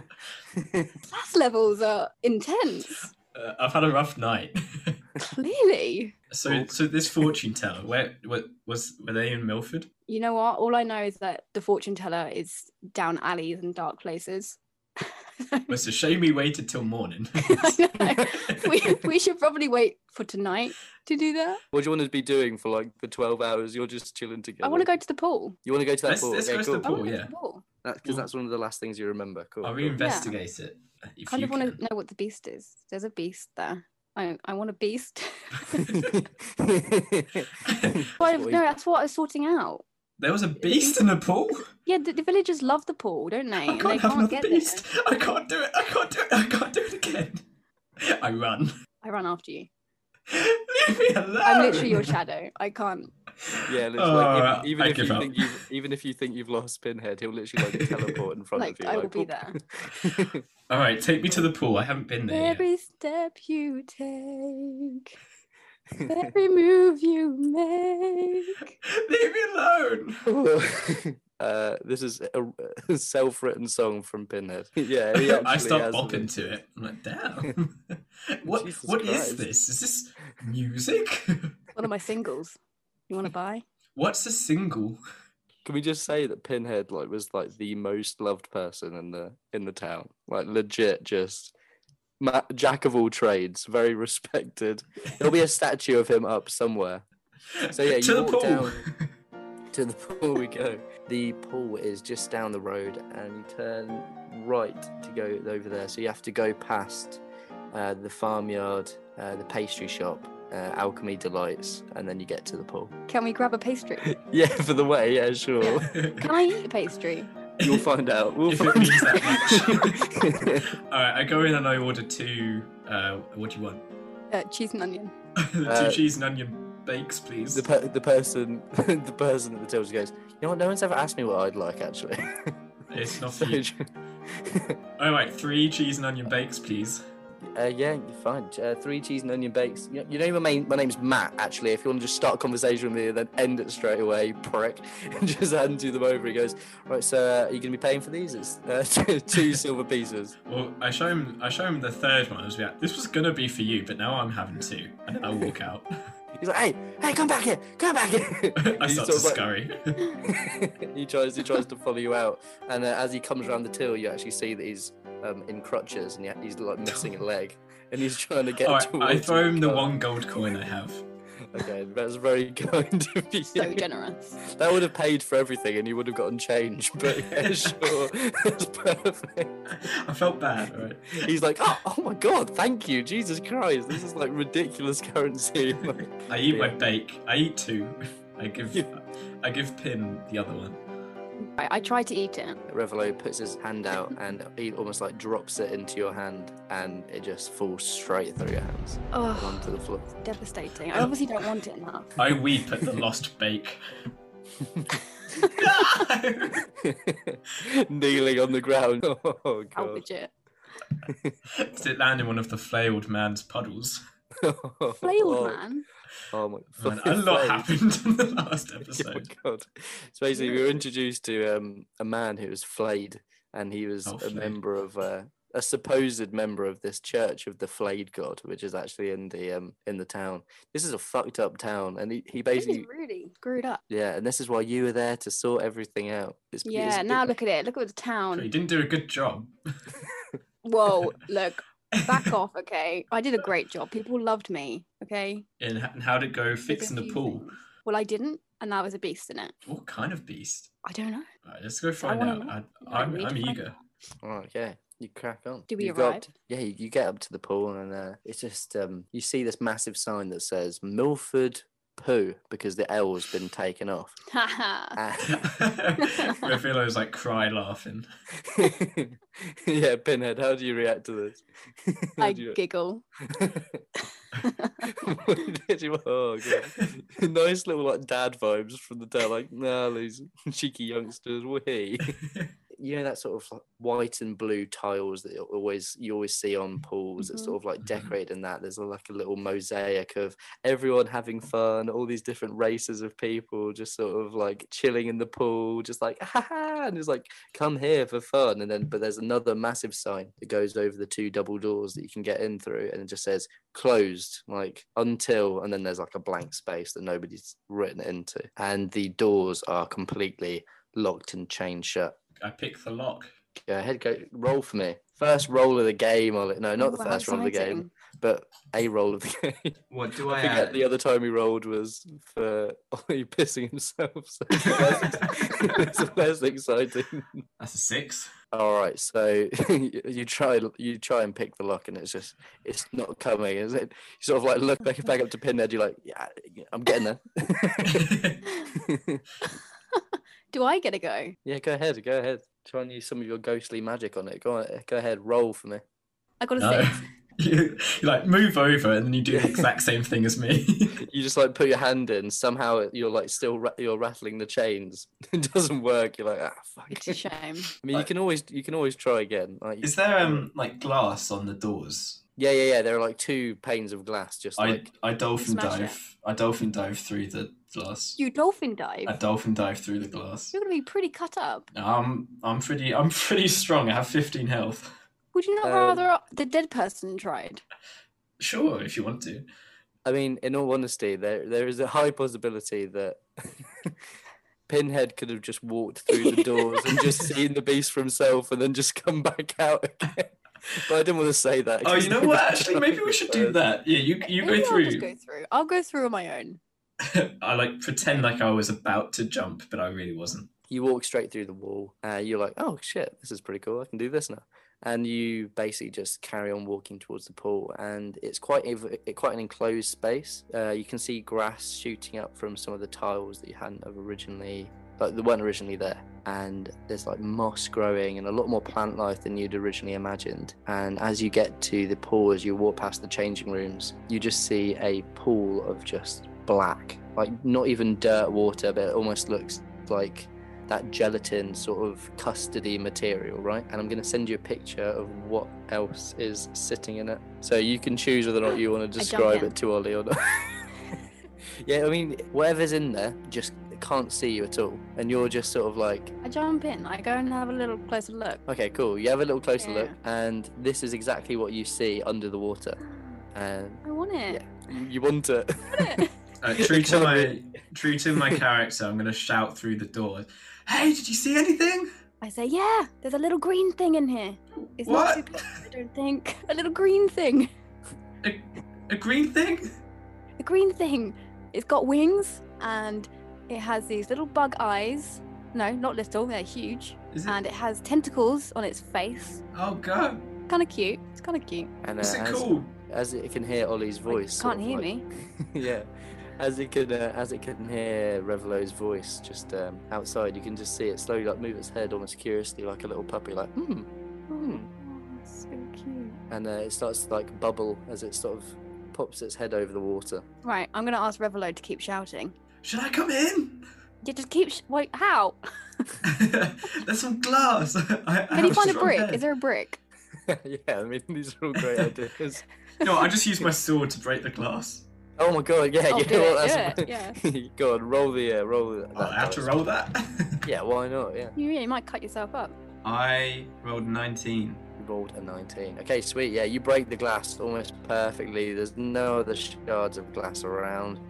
Speaker 2: Class levels are intense.
Speaker 1: Uh, I've had a rough night.
Speaker 2: Clearly.
Speaker 1: so,
Speaker 3: Cool.
Speaker 1: so this fortune teller, where, where was were they in Milford?
Speaker 2: You know what? All I know is that the fortune teller is down alleys and dark places.
Speaker 1: Well, It's a shame we waited till morning.
Speaker 2: I know. we, we should probably wait for tonight to do that.
Speaker 3: What do you want to be doing for like the twelve hours? You're just chilling together.
Speaker 2: I want to go to the pool.
Speaker 3: You want to go to that
Speaker 1: Let's-
Speaker 3: pool?
Speaker 1: let's
Speaker 3: okay,
Speaker 1: go to
Speaker 3: cool.
Speaker 1: the
Speaker 2: I
Speaker 1: pool.
Speaker 2: want to go
Speaker 1: yeah.
Speaker 2: to the pool.
Speaker 3: Because that's one of the last things you remember. Cool.
Speaker 1: I'll
Speaker 3: cool.
Speaker 1: reinvestigate it. If
Speaker 2: Kind
Speaker 1: you
Speaker 2: of want
Speaker 1: can.
Speaker 2: to know what the beast is. There's a beast there. I, I want a beast. Well,
Speaker 3: Boy.
Speaker 2: no, that's what I was sorting out.
Speaker 1: There was a beast in the pool.
Speaker 2: Yeah, the, the villagers love the pool, don't they?
Speaker 1: I
Speaker 2: And they
Speaker 1: can't have
Speaker 2: can't
Speaker 1: another
Speaker 2: get
Speaker 1: beast.
Speaker 2: there.
Speaker 1: I can't do it. I can't do it. I can't do it again. I run.
Speaker 2: I run after you.
Speaker 1: Leave me alone.
Speaker 2: I'm literally your shadow. I can't.
Speaker 3: Yeah, literally,
Speaker 1: Oh,
Speaker 3: like, if- even
Speaker 1: I
Speaker 3: if you
Speaker 1: give up.
Speaker 3: think you've even if you think you've lost Pinhead, he'll literally like teleport in front
Speaker 2: Like,
Speaker 3: of you.
Speaker 2: I will
Speaker 3: like,
Speaker 2: be
Speaker 3: "Oop."
Speaker 1: All right, take me to the pool. I haven't been there yet.
Speaker 2: Every step you take, every move you make.
Speaker 1: Leave me alone.
Speaker 3: oh. uh, this is a, a self-written song from Pinhead. Yeah, he
Speaker 1: I
Speaker 3: actually
Speaker 1: start
Speaker 3: has
Speaker 1: bopping
Speaker 3: it.
Speaker 1: to it. I'm like, damn. what? What is
Speaker 3: Jesus Christ.
Speaker 1: this? Is this music?
Speaker 2: One of my singles. You want to buy?
Speaker 1: What's a single?
Speaker 3: Can we just say that Pinhead like was like the most loved person in the in the town? Like legit, just ma- jack of all trades, very respected. There'll be a statue of him up somewhere. So, yeah,
Speaker 1: to
Speaker 3: you
Speaker 1: the
Speaker 3: walk
Speaker 1: pool.
Speaker 3: down. to the pool we go. The pool is just down the road, and you turn right to go over there. So you have to go past uh, the farmyard, uh, the pastry shop, uh, Alchemy Delights, and then you get to the pool.
Speaker 2: Can we grab a pastry?
Speaker 3: Yeah, for the way. Yeah, sure.
Speaker 2: Can I eat a pastry?
Speaker 3: You'll find out. We'll
Speaker 1: If it
Speaker 3: find
Speaker 1: means
Speaker 3: out.
Speaker 1: that All right, I go in and I order two. Uh, what do you want?
Speaker 2: Uh, cheese and onion.
Speaker 1: two
Speaker 3: Uh,
Speaker 1: cheese and onion bakes, please.
Speaker 3: the, per- the person, the person at the table goes. You know what? No one's ever asked me what I'd like actually.
Speaker 1: It's not
Speaker 3: So
Speaker 1: for you.
Speaker 3: ju-
Speaker 1: All right, three cheese and onion bakes, please.
Speaker 3: Uh, yeah, you're fine. Uh, three cheese and onion bakes. You, you know my main, my name's Matt. Actually, if you want to just start a conversation with me and then end it straight away, prick, and just hand you them over. He goes, right, so uh, are you gonna be paying for these? It's uh, two, two silver pieces.
Speaker 1: Well, I show him. I show him the third one. I was like, "This was gonna be for you, but now I'm having two, and then I walk out.
Speaker 3: He's like, hey, hey, come back here, come back here.
Speaker 1: I
Speaker 3: He's
Speaker 1: start to
Speaker 3: sort of like-
Speaker 1: scurry.
Speaker 3: he tries he tries to follow you out, and uh, as he comes around the till, you actually see that he's um, in crutches and he, he's like missing a leg, and he's trying to get.
Speaker 1: All right, I
Speaker 3: towards
Speaker 1: throw
Speaker 3: your
Speaker 1: him the
Speaker 3: car.
Speaker 1: one gold coin I have.
Speaker 3: Okay, that's very kind of you.
Speaker 2: So generous.
Speaker 3: that would have paid for everything, and you would have gotten change. But yeah, sure, that's perfect.
Speaker 1: I felt bad. All right.
Speaker 3: He's like, oh, oh my god, thank you, Jesus Christ, this is like ridiculous currency.
Speaker 1: I eat my
Speaker 3: Yeah.
Speaker 1: bake. I eat two. I give.
Speaker 3: Yeah.
Speaker 1: I give Pim the other one.
Speaker 2: I, I try to eat it.
Speaker 3: Revelo puts his hand out and he almost like drops it into your hand, and it just falls straight through your hands
Speaker 2: Oh,
Speaker 3: onto the floor.
Speaker 2: devastating. I obviously don't want it now.
Speaker 1: I weep at the lost bake. no!
Speaker 3: Kneeling on the ground. Oh god.
Speaker 2: Salvage it.
Speaker 1: Did it land in one of the flailed man's puddles?
Speaker 2: Flailed
Speaker 3: oh,
Speaker 2: man.
Speaker 3: Oh my
Speaker 1: Man,
Speaker 3: god.
Speaker 1: a lot
Speaker 3: Flailed.
Speaker 1: happened in the last
Speaker 3: Oh my
Speaker 1: episode.
Speaker 3: god. So basically, we were introduced to um, a man who was flayed, and he was
Speaker 1: Oh,
Speaker 3: a
Speaker 1: flayed.
Speaker 3: member of uh, a supposed member of this church of the flayed god, which is actually in the um, in the town. This is a fucked up town, and he, he
Speaker 2: This
Speaker 3: basically
Speaker 2: is really screwed up.
Speaker 3: yeah, and this is why you were there to sort everything out. It's, it's-
Speaker 2: Yeah,
Speaker 3: it-
Speaker 2: now look at it. Look at the
Speaker 1: But he
Speaker 2: town.
Speaker 1: didn't do a good job.
Speaker 2: Whoa, look, back off, okay? I did a great job. People loved me, okay?
Speaker 1: And h- and how'd it go
Speaker 2: Did a
Speaker 1: fixing the
Speaker 2: few
Speaker 1: pool?
Speaker 2: things. Well, I didn't, and now there's a beast in it.
Speaker 1: What kind of beast?
Speaker 2: I don't know.
Speaker 1: Alright, let's go find
Speaker 2: wanna
Speaker 1: out.
Speaker 2: know.
Speaker 1: I, I'm,
Speaker 2: we need
Speaker 1: I'm
Speaker 2: to find
Speaker 1: eager.
Speaker 2: out.
Speaker 3: Oh yeah, you crack on.
Speaker 2: Do we
Speaker 3: You go up-
Speaker 2: arrive?
Speaker 3: yeah, you, you get up to the pool, and uh, it's just um, you see this massive sign that says Milford Poo because the L has been taken off.
Speaker 2: Haha.
Speaker 3: And-
Speaker 1: Refilo's like cry laughing.
Speaker 3: yeah, Pinhead, how do you react to this? How
Speaker 2: I
Speaker 3: do you-
Speaker 2: giggle.
Speaker 3: Did you- oh, God. nice little like dad vibes from the dad, like nah, these cheeky youngsters, wee. you know that sort of like, white and blue tiles that you always you always see on pools that's
Speaker 2: Mhm.
Speaker 3: sort of like
Speaker 1: Mhm.
Speaker 3: decorated in that there's a- like a little mosaic of everyone having fun all these different races of people just sort of like chilling in the pool just like "Ah, ha ha and it's like come here for fun and then but there's another massive sign that goes over the two double doors that you can get in through and it just says closed like until and then there's like a blank space that nobody's written it into and the doors are completely locked and chained shut
Speaker 1: I pick the lock.
Speaker 3: Go ahead, go roll for me. First roll of the game. I'll, no, not the
Speaker 2: Ooh, how
Speaker 3: first roll of the game,
Speaker 2: exciting.
Speaker 3: but a roll of the game.
Speaker 1: What do I,
Speaker 3: I forget
Speaker 1: add?
Speaker 3: the other time he rolled was for Ollie pissing himself. So it's less, it's less exciting.
Speaker 1: That's a six.
Speaker 3: All right, so you you try you try and pick the lock, and it's just it's not coming, is it? You sort of like look back back up to Pinhead. You're like, yeah, I'm getting there.
Speaker 2: Do I get a go?
Speaker 3: yeah, go ahead, go ahead. Try and use some of your ghostly magic on it. Go on, go ahead, roll for me.
Speaker 2: I got a
Speaker 1: no.
Speaker 2: six.
Speaker 1: You, you like move over and then you do the exact same thing as me.
Speaker 3: you just like put your hand in. Somehow it- you're like still ra- you're rattling the chains. it doesn't work. You're like ah fuck.
Speaker 2: It's a
Speaker 3: I
Speaker 2: shame.
Speaker 3: mean, you can always you can always try again. Like, you-
Speaker 1: Is there um like glass on the doors?
Speaker 3: yeah, yeah, yeah. There are like two panes of glass. Just
Speaker 1: I
Speaker 3: like
Speaker 1: I dolphin
Speaker 2: Smash it.
Speaker 1: dive. I dolphin dive through the glass.
Speaker 2: You dolphin
Speaker 1: I
Speaker 2: dive.
Speaker 1: dolphin dive through the glass.
Speaker 2: You're going to be pretty cut up.
Speaker 1: Um, I'm pretty. I'm pretty strong. I have 15 health.
Speaker 2: Would you not
Speaker 3: Um,
Speaker 2: rather the dead person tried?
Speaker 1: Sure, if you want to.
Speaker 3: I mean, in all honesty, there there is a high possibility that. Pinhead could have just walked through the doors and just seen the beast for himself and then just come back out again. But I didn't want to say that.
Speaker 1: Oh,
Speaker 3: 'cause
Speaker 1: you know
Speaker 3: then
Speaker 1: what?
Speaker 3: I'd
Speaker 1: Actually, maybe we
Speaker 3: die
Speaker 1: should do
Speaker 3: first.
Speaker 1: that. Yeah, you you
Speaker 2: Maybe
Speaker 1: go
Speaker 2: I'll just
Speaker 1: through.
Speaker 2: go through. I'll go through on my own.
Speaker 1: I like pretend like I was about to jump, but I really wasn't.
Speaker 3: you walk straight through the wall and you're like oh shit this is pretty cool i can do this now and you basically just carry on walking towards the pool and it's quite ev- it- quite an enclosed space uh, you can see grass shooting up from some of the tiles that you hadn't have originally like, that weren't originally there and there's like moss growing and a lot more plant life than you'd originally imagined and as you get to the pool as you walk past the changing rooms you just see a pool of just black like not even dirt water but it almost looks like that gelatin sort of custody material, right? And I'm going to send you a picture of what else is sitting in it. So you can choose whether or not you want to
Speaker 2: jump
Speaker 3: describe
Speaker 2: in.
Speaker 3: it to Ollie or not. yeah, I mean, whatever's in there just can't see you at all. And you're just sort of like,
Speaker 2: I jump in. I go and have a little closer look.
Speaker 3: okay, cool. You have a little closer
Speaker 2: Yeah.
Speaker 3: look, and this is exactly what you see under the water. And
Speaker 2: I want it.
Speaker 3: you want it.
Speaker 2: I want it.
Speaker 1: Uh, true to my true to my character, I'm gonna shout through the door. Hey, did you see anything?
Speaker 2: I say, yeah, there's a little green thing in here. It's
Speaker 1: What?
Speaker 2: not super, I don't think. A little green thing.
Speaker 1: A green thing?
Speaker 2: A green thing. It's got wings and it has these little bug eyes. No, not little, they're huge.
Speaker 1: Is it?
Speaker 2: And it has tentacles on its face.
Speaker 1: oh god,
Speaker 2: Kind of cute. It's kind of cute.
Speaker 3: And uh,
Speaker 1: is it
Speaker 3: as,
Speaker 1: cool?
Speaker 3: as it can hear Ollie's
Speaker 2: Like,
Speaker 3: voice, sort
Speaker 2: can't
Speaker 3: of
Speaker 2: hear
Speaker 3: like-
Speaker 2: me.
Speaker 3: yeah, as it can uh, as it can hear Revelo's voice just um, outside, you can just see it slowly like move its head almost curiously, like a little puppy, like hmm, hmm,
Speaker 2: Oh, so cute.
Speaker 3: and uh, it starts to like bubble as it sort of pops its head over the water.
Speaker 2: Right, I'm gonna ask Revelo to keep shouting.
Speaker 1: Should I come in?
Speaker 2: Yeah, just keep. Sh- wait, how?
Speaker 1: There's some glass. I, I
Speaker 2: Can you
Speaker 1: have
Speaker 2: find a
Speaker 1: strong
Speaker 2: brick?
Speaker 1: head.
Speaker 2: Is there a brick?
Speaker 3: yeah, I mean these are all great ideas.
Speaker 1: No, I just use my sword to break the glass.
Speaker 3: Oh my god, yeah,
Speaker 2: Oh,
Speaker 3: yeah,
Speaker 2: do
Speaker 3: well,
Speaker 2: it, do
Speaker 3: that's
Speaker 2: it, yeah.
Speaker 3: go on, roll the uh, roll. The,
Speaker 1: Oh, I have to
Speaker 3: dice.
Speaker 1: roll that.
Speaker 3: Yeah, why not? Yeah,
Speaker 2: You really might cut yourself up.
Speaker 1: I rolled 19.
Speaker 3: you rolled a nineteen. Okay, sweet. Yeah, you break the glass almost perfectly. There's no other shards of glass around.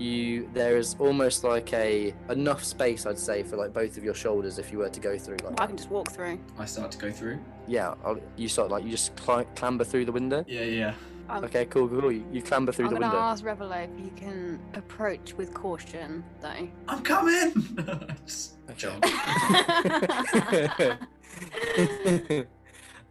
Speaker 3: You there is almost like a enough space, I'd say, for like both of your shoulders if you were to go through. Like,
Speaker 2: I can just walk through.
Speaker 1: I start to go through.
Speaker 3: yeah, I'll, you sort of like you just cli- clamber through the window.
Speaker 1: Yeah, yeah.
Speaker 2: Um,
Speaker 3: Okay, cool, cool. You, you clamber through
Speaker 2: I'm
Speaker 3: the
Speaker 2: gonna
Speaker 3: window.
Speaker 2: ask Revelo if you can approach with caution, though.
Speaker 1: I'm coming! I just jog.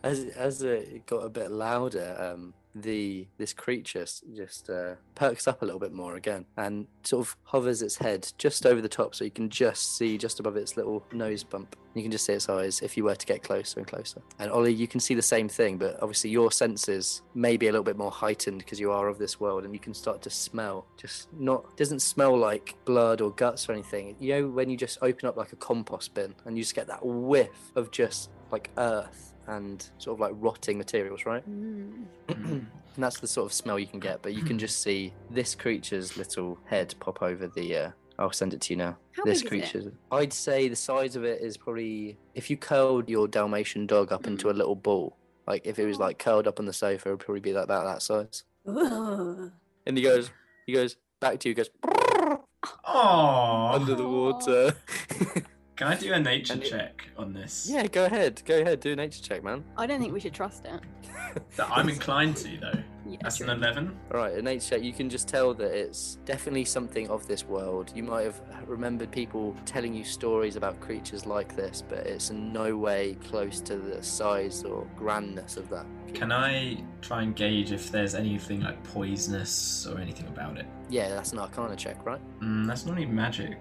Speaker 3: as as uh, it got a bit louder, um, the this creature s- just uh, perks up a little bit more again and sort of hovers its head just over the top, so you can just see just above its little nose bump. You can just see its eyes if you were to get closer and closer. And Ollie, you can see the same thing, but obviously your senses may be a little bit more heightened because you are of this world, and you can start to smell. Just not doesn't smell like blood or guts or anything. You know when you just open up like a compost bin and you just get that whiff of just like earth and sort of like rotting materials, right?
Speaker 2: Mm.
Speaker 1: Mm.
Speaker 3: And that's the sort of smell you can get, but you can just see this creature's little head pop over the. Uh, I'll send it to you now.
Speaker 2: How
Speaker 3: this
Speaker 2: big is it?
Speaker 3: creature's. I'd say the size of it is probably if you curled your Dalmatian dog up into a
Speaker 2: Mm.
Speaker 3: little ball, like if it was
Speaker 2: Oh.
Speaker 3: like curled up on the sofa, it would probably be like about that size.
Speaker 2: Ugh.
Speaker 3: And he goes, he goes back to you, goes
Speaker 1: Aww.
Speaker 3: under the
Speaker 2: Aw.
Speaker 3: water.
Speaker 1: Can I do a nature
Speaker 3: And it-
Speaker 1: check on this?
Speaker 3: yeah, go ahead, go ahead, do a nature check, man.
Speaker 2: I don't think we should trust it.
Speaker 1: That I'm inclined to, though.
Speaker 2: Yeah,
Speaker 1: That's an
Speaker 2: true.
Speaker 1: 11.
Speaker 3: All right, in nature check, you can just tell that it's definitely something of this world. You might have remembered people telling you stories about creatures like this, but it's in no way close to the size or grandness of that.
Speaker 1: Can I try and gauge if there's anything like poisonous or anything about it?
Speaker 3: Yeah, that's an arcana check, right?
Speaker 1: Mm, that's not even magic.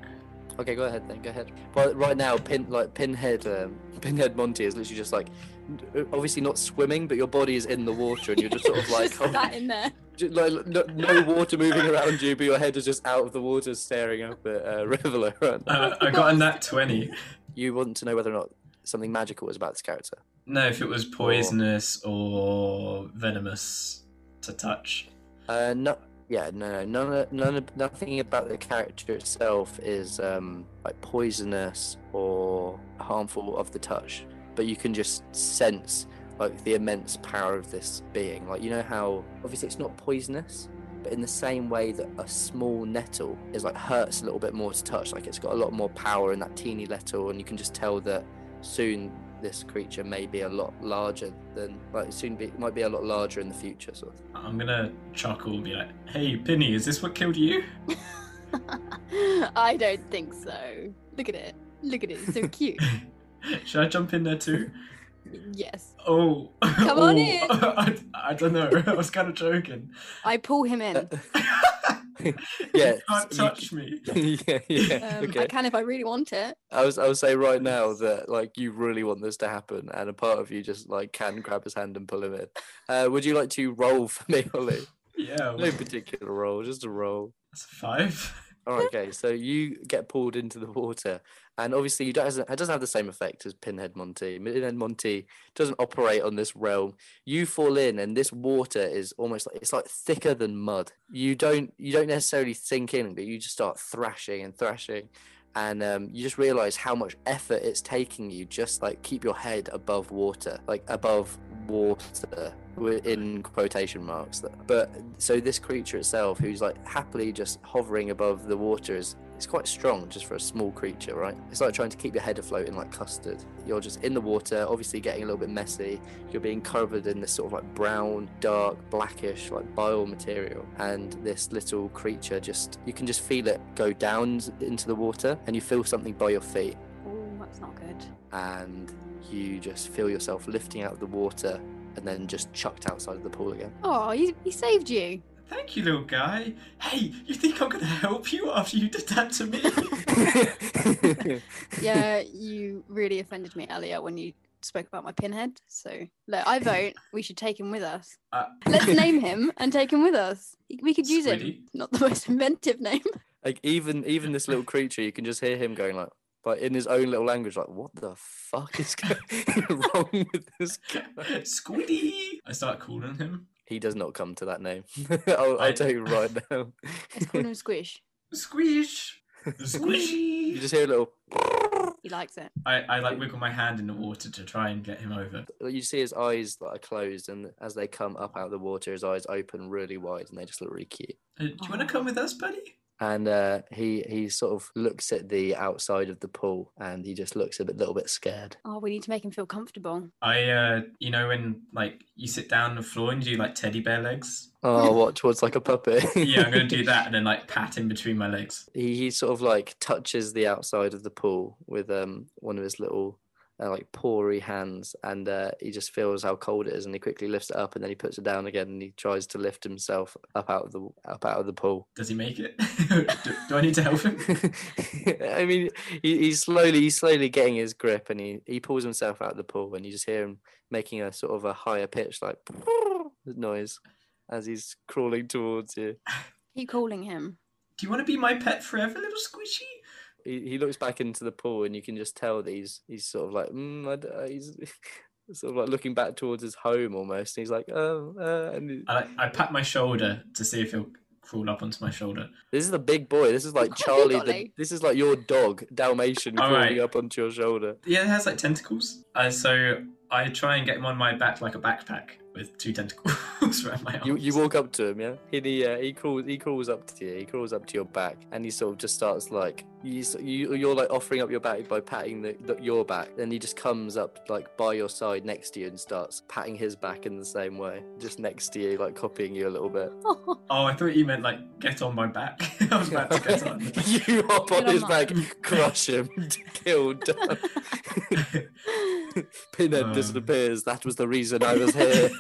Speaker 3: Okay, go ahead then. Go ahead. But right now, pin like pinhead, um, pinhead Monty is literally just like, obviously not swimming, but your body is in the water and you're just sort of like, oh.
Speaker 2: Just that in there.
Speaker 3: Ju- like no, no water moving around you, but your head is just out of the water, staring up at uh, Reveler. Right now.
Speaker 1: Uh, I got a nat 20.
Speaker 3: You want to know whether or not something magical is about this character.
Speaker 1: No, if it was poisonous or venomous to touch.
Speaker 3: Uh, no, yeah, no, no, none, of- none, of- nothing about the character itself is um, like poisonous or harmful of the touch. But you can just sense like the immense power of this being. Like you know how obviously it's not poisonous, but in the same way that a small nettle is like hurts a little bit more to touch. Like it's got a lot more power in that teeny nettle, and you can just tell that soon this creature may be a lot larger than like soon be might be a lot larger in the future sort of.
Speaker 1: I'm gonna chuckle and be like, hey, Pinny, is this what killed you?
Speaker 2: I don't think so. Look at it. Look at it. It's so cute.
Speaker 1: Should I jump in there too?
Speaker 2: yes.
Speaker 1: Oh.
Speaker 2: Come on
Speaker 1: Oh.
Speaker 2: in.
Speaker 1: I, I don't know. I was kind of joking.
Speaker 2: I pull him
Speaker 3: Uh,
Speaker 2: in.
Speaker 3: yeah,
Speaker 1: you can't
Speaker 3: you-
Speaker 1: touch me.
Speaker 3: yeah, yeah.
Speaker 2: Um,
Speaker 3: okay.
Speaker 2: I can if I really want it.
Speaker 3: I was, I would say right now that like you really want this to happen, and a part of you just like can grab his hand and pull him in. Uh, would you like to roll for me, Ollie?
Speaker 1: Yeah.
Speaker 3: No particular roll, just a roll.
Speaker 1: That's a five.
Speaker 3: All right, okay. So you get pulled into the water, and obviously you don't. It doesn't have the same effect as Pinhead Monty. Pinhead Monty doesn't operate on this realm. You fall in, and this water is almost like it's like thicker than mud. You don't. You don't necessarily sink in, but you just start thrashing and thrashing, and um, you just realize how much effort it's taking you. Just like keep your head above water, like above water, We're in quotation marks. There. But so this creature itself, who's like happily just hovering above the water, is it's quite strong just for a small creature, right? It's like trying to keep your head afloat in like custard. You're just in the water, obviously getting a little bit messy. You're being covered in this sort of like brown, dark, blackish, like bile material. And this little creature just, you can just feel it go down into the water and you feel something by your feet.
Speaker 2: Oh, that's not good.
Speaker 3: And you just feel yourself lifting out of the water and then just chucked outside of the pool again.
Speaker 2: Oh, he, he saved you.
Speaker 1: Thank you, little guy. Hey, you think I'm gonna help you after you did that to me?
Speaker 2: Yeah, you really offended me earlier when you spoke about my pinhead. So, look, I vote we should take him with us.
Speaker 1: Uh,
Speaker 2: Let's name him and take him with us. We could use it.
Speaker 1: Squiddy?
Speaker 2: Not the most inventive name.
Speaker 3: like even even this little creature, you can just hear him going like, like in his own little language, like, what the fuck is going wrong with this guy?
Speaker 1: Squiddy. I start calling him
Speaker 3: He does not come to that name. I'll, I'll
Speaker 1: I-
Speaker 3: tell you right now.
Speaker 2: Let's call him Squish.
Speaker 1: Squish.
Speaker 3: you
Speaker 1: Squishy.
Speaker 3: just hear a little.
Speaker 2: He likes it.
Speaker 1: I, I like wiggle my hand in the water to try and get him over. Uh,
Speaker 3: You see his eyes that are closed, and as they come up out of the water, his eyes open really wide, and they just look really cute.
Speaker 1: Uh, do you want to come with us, buddy?
Speaker 3: and uh, he he sort of looks at the outside of the pool and he just looks a bit, little bit scared.
Speaker 2: Oh, we need to make him feel comfortable.
Speaker 1: I, uh, you know, when like you sit down on the floor and you do like teddy bear legs.
Speaker 3: Oh, what towards like a puppet?
Speaker 1: Yeah, I'm gonna do that and then like pat him between my legs.
Speaker 3: he, he sort of like touches the outside of the pool with um one of his little uh, like pory hands, and uh, he just feels how cold it is, and he quickly lifts it up, and then he puts it down again, and he tries to lift himself up out of the up out of the pool.
Speaker 1: Does he make it? do, do I need to help him?
Speaker 3: I mean, he, he's slowly, he's slowly getting his grip, and he, he pulls himself out of the pool, and you just hear him making a sort of a higher pitch, like noise, as he's crawling towards you.
Speaker 2: Keep calling him.
Speaker 1: Do you want to be my pet forever, little squishy?
Speaker 3: He, he looks back into the pool, and you can just tell that he's he's sort of like mm, I d- uh," he's sort of like looking back towards his home almost. And he's like, oh, uh, and he-
Speaker 1: I like, I pat my shoulder to see if he'll crawl up onto my shoulder.
Speaker 3: this is the big boy. This is like
Speaker 2: quite big,
Speaker 3: Charlie.
Speaker 2: aren't
Speaker 3: The,
Speaker 2: they?
Speaker 3: this is like your dog, Dalmatian,
Speaker 1: All
Speaker 3: crawling
Speaker 1: right.
Speaker 3: up onto your shoulder.
Speaker 1: Yeah, it has like tentacles. Uh, so I try and get him on my back like a backpack with two tentacles around my arms.
Speaker 3: You, you walk up to him, yeah. He he, uh, he crawls he crawls up to you. He crawls up to your back, and he sort of just starts like you s- you you're like offering up your back by patting the, the, your back. Then he just comes up like by your side next to you and starts patting his back in the same way, just next to you, like copying you a little bit.
Speaker 2: Oh,
Speaker 1: Oh, I thought you meant like get on my back. I was about to get on.
Speaker 3: you hop
Speaker 2: Get
Speaker 3: on
Speaker 2: on
Speaker 3: his
Speaker 2: mine.
Speaker 3: back, crush him, kill done. Pinhead
Speaker 1: Um.
Speaker 3: disappears. That was the reason I was here.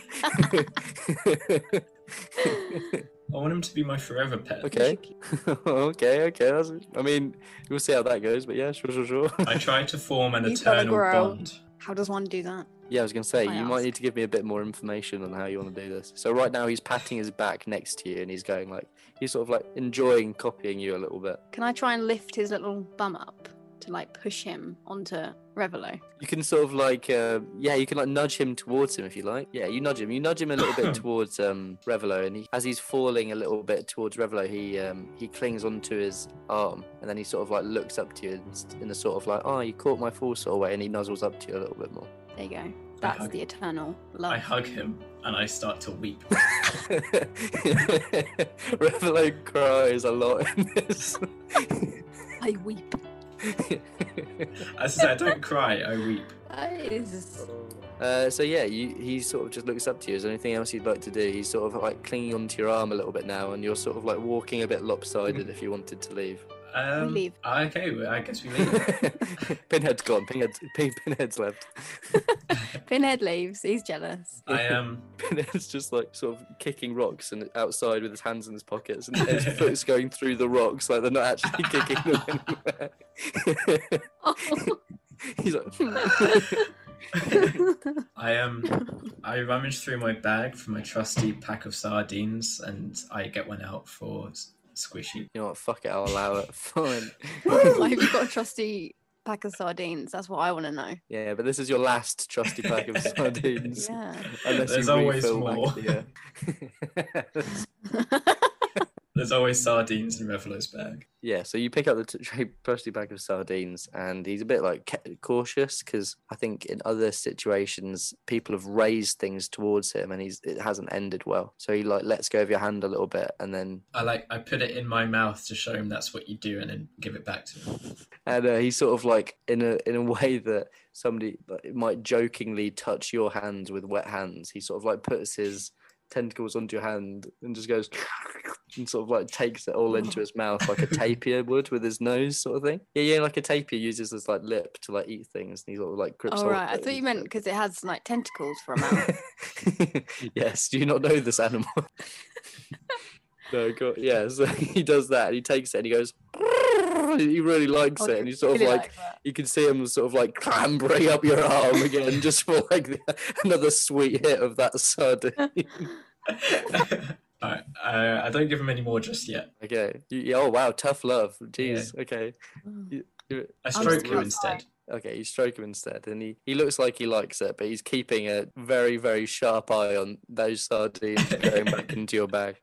Speaker 1: I want him to be my forever pet.
Speaker 3: okay, okay, okay. That's, I mean, we'll see how that goes, but yeah, sure, sure, sure.
Speaker 1: I try to form an
Speaker 2: He's gotta
Speaker 1: eternal
Speaker 2: grow.
Speaker 1: bond.
Speaker 2: how does one do that?
Speaker 3: Yeah, I was going to say,
Speaker 2: I
Speaker 3: you might
Speaker 2: ask?
Speaker 3: need to give me a bit more information on how you want to do this. So, right now, he's patting his back next to you and he's going like, he's sort of like enjoying copying you a little bit.
Speaker 2: Can I try and lift his little bum up to like push him onto Revelo?
Speaker 3: You can sort of like, uh, yeah, you can like nudge him towards him if you like. Yeah, you nudge him. You nudge him a little bit towards um, Revelo, and he, as he's falling a little bit towards Revelo, he um, he clings onto his arm, and then he sort of like looks up to you and s- in a sort of like, oh, you caught my fall sort of way, and he nuzzles up to you a little bit more.
Speaker 2: There you go. That's
Speaker 1: hug-
Speaker 2: the eternal love.
Speaker 1: I hug him and I start to weep.
Speaker 3: Revelo cries a lot in this.
Speaker 2: I weep.
Speaker 1: As I said, I don't cry, I weep.
Speaker 2: That is
Speaker 3: Uh, so yeah, you, he sort of just looks up to you. Is there anything else you'd like to do? He's sort of like clinging onto your arm a little bit now, and you're sort of like walking a bit lopsided if you wanted to leave.
Speaker 1: Um,
Speaker 2: leave.
Speaker 1: Okay, well, I guess we leave.
Speaker 3: Pinhead's gone. Pinhead's, pin, Pinhead's left.
Speaker 2: Pinhead leaves. He's jealous.
Speaker 1: I um,
Speaker 3: Pinhead's just like sort of kicking rocks and outside with his hands in his pockets, and his foot's going through the rocks like they're not actually kicking them anywhere. He's like,
Speaker 1: I um, I rummage through my bag for my trusty pack of sardines, and I get one out for S- Squishy.
Speaker 3: you know what? Fuck it, I'll allow it. Fine.
Speaker 2: I've got a trusty pack of sardines. That's what I want to know.
Speaker 3: Yeah, but this is your last trusty pack of sardines.
Speaker 2: Yeah.
Speaker 3: Unless
Speaker 1: There's
Speaker 3: you
Speaker 1: always
Speaker 3: refill
Speaker 1: more.
Speaker 3: back the, uh,
Speaker 4: There's always sardines in Revelo's bag.
Speaker 3: Yeah, so you pick up the t- tray plastic bag of sardines, and he's a bit like ca- cautious because I think in other situations people have raised things towards him, and he's it hasn't ended well. So he like lets go of your hand a little bit, and then
Speaker 1: I like I put it in my mouth to show him that's what you do, and then give it back to him.
Speaker 3: and uh, he's sort of like in a in a way that somebody like, might jokingly touch your hand with wet hands. He sort of like puts his tentacles onto your hand and just goes and sort of like takes it all into his mouth like a tapir would with his nose sort of thing. Yeah, yeah, like a tapir uses his like lip to like eat things and he sort of like grips.
Speaker 2: All
Speaker 3: hold
Speaker 2: Oh, right.
Speaker 3: of
Speaker 2: I
Speaker 3: it
Speaker 2: thought
Speaker 3: and-
Speaker 2: you meant because it has like tentacles for a mouth.
Speaker 3: yes, do you not know this animal? no, God, yeah. So he does that. And he takes it and he goes. He really likes it, and he sort of
Speaker 2: Really
Speaker 3: like
Speaker 2: that.
Speaker 3: you can see him sort of like clambering up your arm again, just for like the, another sweet hit of that sardine.
Speaker 1: All right, uh, I don't give him any more just yet.
Speaker 3: okay. You, yeah, oh wow, tough love. Jeez. Okay.
Speaker 1: I
Speaker 2: just
Speaker 1: stroke you
Speaker 2: gonna-
Speaker 1: instead.
Speaker 3: Okay, you stroke him instead, and he, he looks like he likes it, but he's keeping a very very sharp eye on those sardines going back into your bag.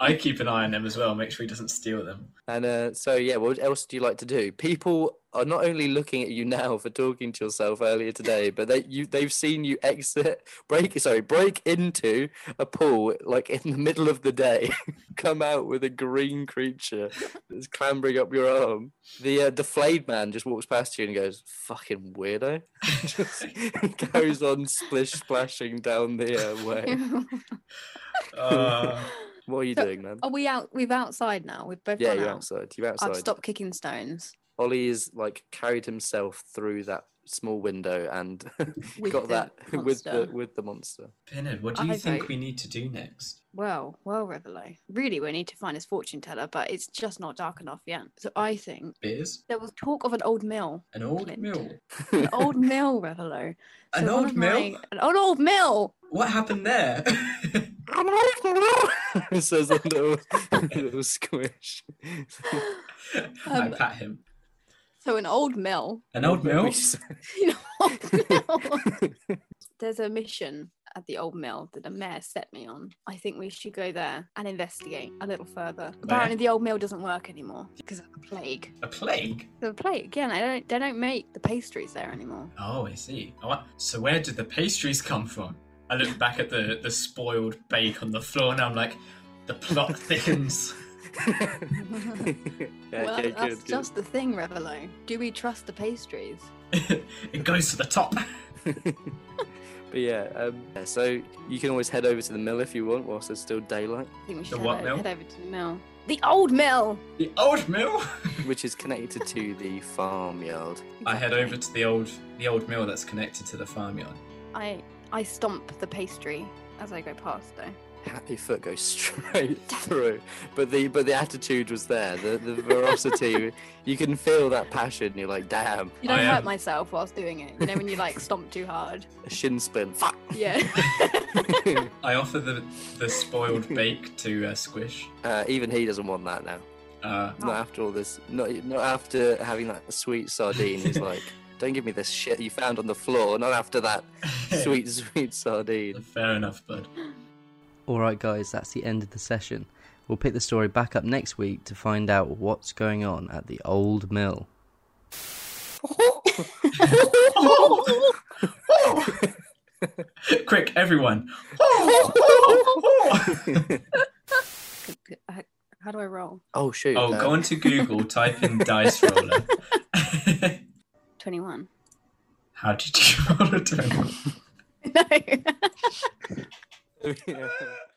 Speaker 1: I keep an eye on them as well, make sure he doesn't steal them.
Speaker 3: And uh, so, yeah, what else do you like to do? People are not only looking at you now for talking to yourself earlier today, but they you they've seen you exit, break sorry, break into a pool like in the middle of the day, come out with a green creature that's clambering up your arm. The uh, the flayed man just walks past you and goes, "Fucking weirdo," just goes on splish splashing down the uh, way.
Speaker 1: Uh,
Speaker 3: What are you
Speaker 2: So-
Speaker 3: doing, man?
Speaker 2: Are we out? We've outside now. We've both
Speaker 3: Yeah,
Speaker 2: gone
Speaker 3: you're
Speaker 2: out.
Speaker 3: outside. You're outside.
Speaker 2: I've stopped kicking stones.
Speaker 3: Ollie is like carried himself through that small window and
Speaker 2: With
Speaker 3: got
Speaker 2: the
Speaker 3: that with the
Speaker 2: monster.
Speaker 3: with the monster.
Speaker 1: Pinhead, what do you
Speaker 2: I
Speaker 1: think
Speaker 2: vote-
Speaker 1: we need to do next?
Speaker 2: Well, well, Revelo. Really, we need to find his fortune teller, but it's just not dark enough yet. So I think
Speaker 1: Beers?
Speaker 2: there was talk of an old mill.
Speaker 1: An old
Speaker 2: Clint.
Speaker 1: mill?
Speaker 2: An old mill, Revelo.
Speaker 1: An
Speaker 2: one
Speaker 1: old
Speaker 2: of
Speaker 1: mill?
Speaker 2: my- An old, old mill!
Speaker 1: What happened there?
Speaker 3: says a little, little squish.
Speaker 1: I
Speaker 2: Um,
Speaker 1: pat him.
Speaker 2: So an old mill.
Speaker 1: An old mill?
Speaker 2: You know, old mill. There's a mission at the old mill that the mayor set me on. I think we should go there and investigate a little further. Apparently, the old mill doesn't work anymore because of the plague.
Speaker 1: A plague?
Speaker 2: The plague, again, I don't, they don't make the pastries there anymore.
Speaker 1: Oh, I see. I wa- So where did the pastries come from? I look back at the, the spoiled bake on the floor and I'm like, the plot thickens.
Speaker 3: yeah,
Speaker 2: well,
Speaker 3: yeah,
Speaker 2: that's
Speaker 3: good, good.
Speaker 2: just the thing, Revelo. Do we trust the pastries?
Speaker 1: it goes to the top.
Speaker 3: But yeah, um, yeah, so you can always head over to the mill if you want whilst there's still daylight,
Speaker 2: I think we should head,
Speaker 1: what
Speaker 2: o-
Speaker 1: mill?
Speaker 2: head over to the mill. The old mill!
Speaker 1: The old mill?
Speaker 3: which is connected to the farmyard.
Speaker 1: I head over
Speaker 2: Exactly.
Speaker 1: to the old the old mill that's connected to the farmyard.
Speaker 2: I, I stomp the pastry as I go past, though.
Speaker 3: Happy foot goes straight through, but the but the attitude was there. The the veracity, you can feel that passion. You're like, damn,
Speaker 2: You don't
Speaker 1: I
Speaker 2: hurt
Speaker 1: am-
Speaker 2: myself whilst doing it. You know, when you like stomp too hard.
Speaker 3: a shin spin. Fuck.
Speaker 2: Yeah.
Speaker 1: I offer the the spoiled bake to uh, Squish.
Speaker 3: uh, even he doesn't want that now.
Speaker 1: Uh,
Speaker 2: Oh.
Speaker 3: Not after all this. Not not after having that sweet sardine. He's like, don't give me this shit you found on the floor. Not after that sweet sweet sardine.
Speaker 1: Fair enough, bud.
Speaker 5: Alright, guys, that's the end of the session. We'll pick the story back up next week to find out what's going on at the old mill.
Speaker 1: Quick, everyone. Oh,
Speaker 2: How do I roll?
Speaker 3: oh shoot.
Speaker 1: Oh,
Speaker 3: uh,
Speaker 1: go onto Google, type in dice roller.
Speaker 2: 21.
Speaker 1: How did you roll a 20?
Speaker 2: No.
Speaker 3: yeah.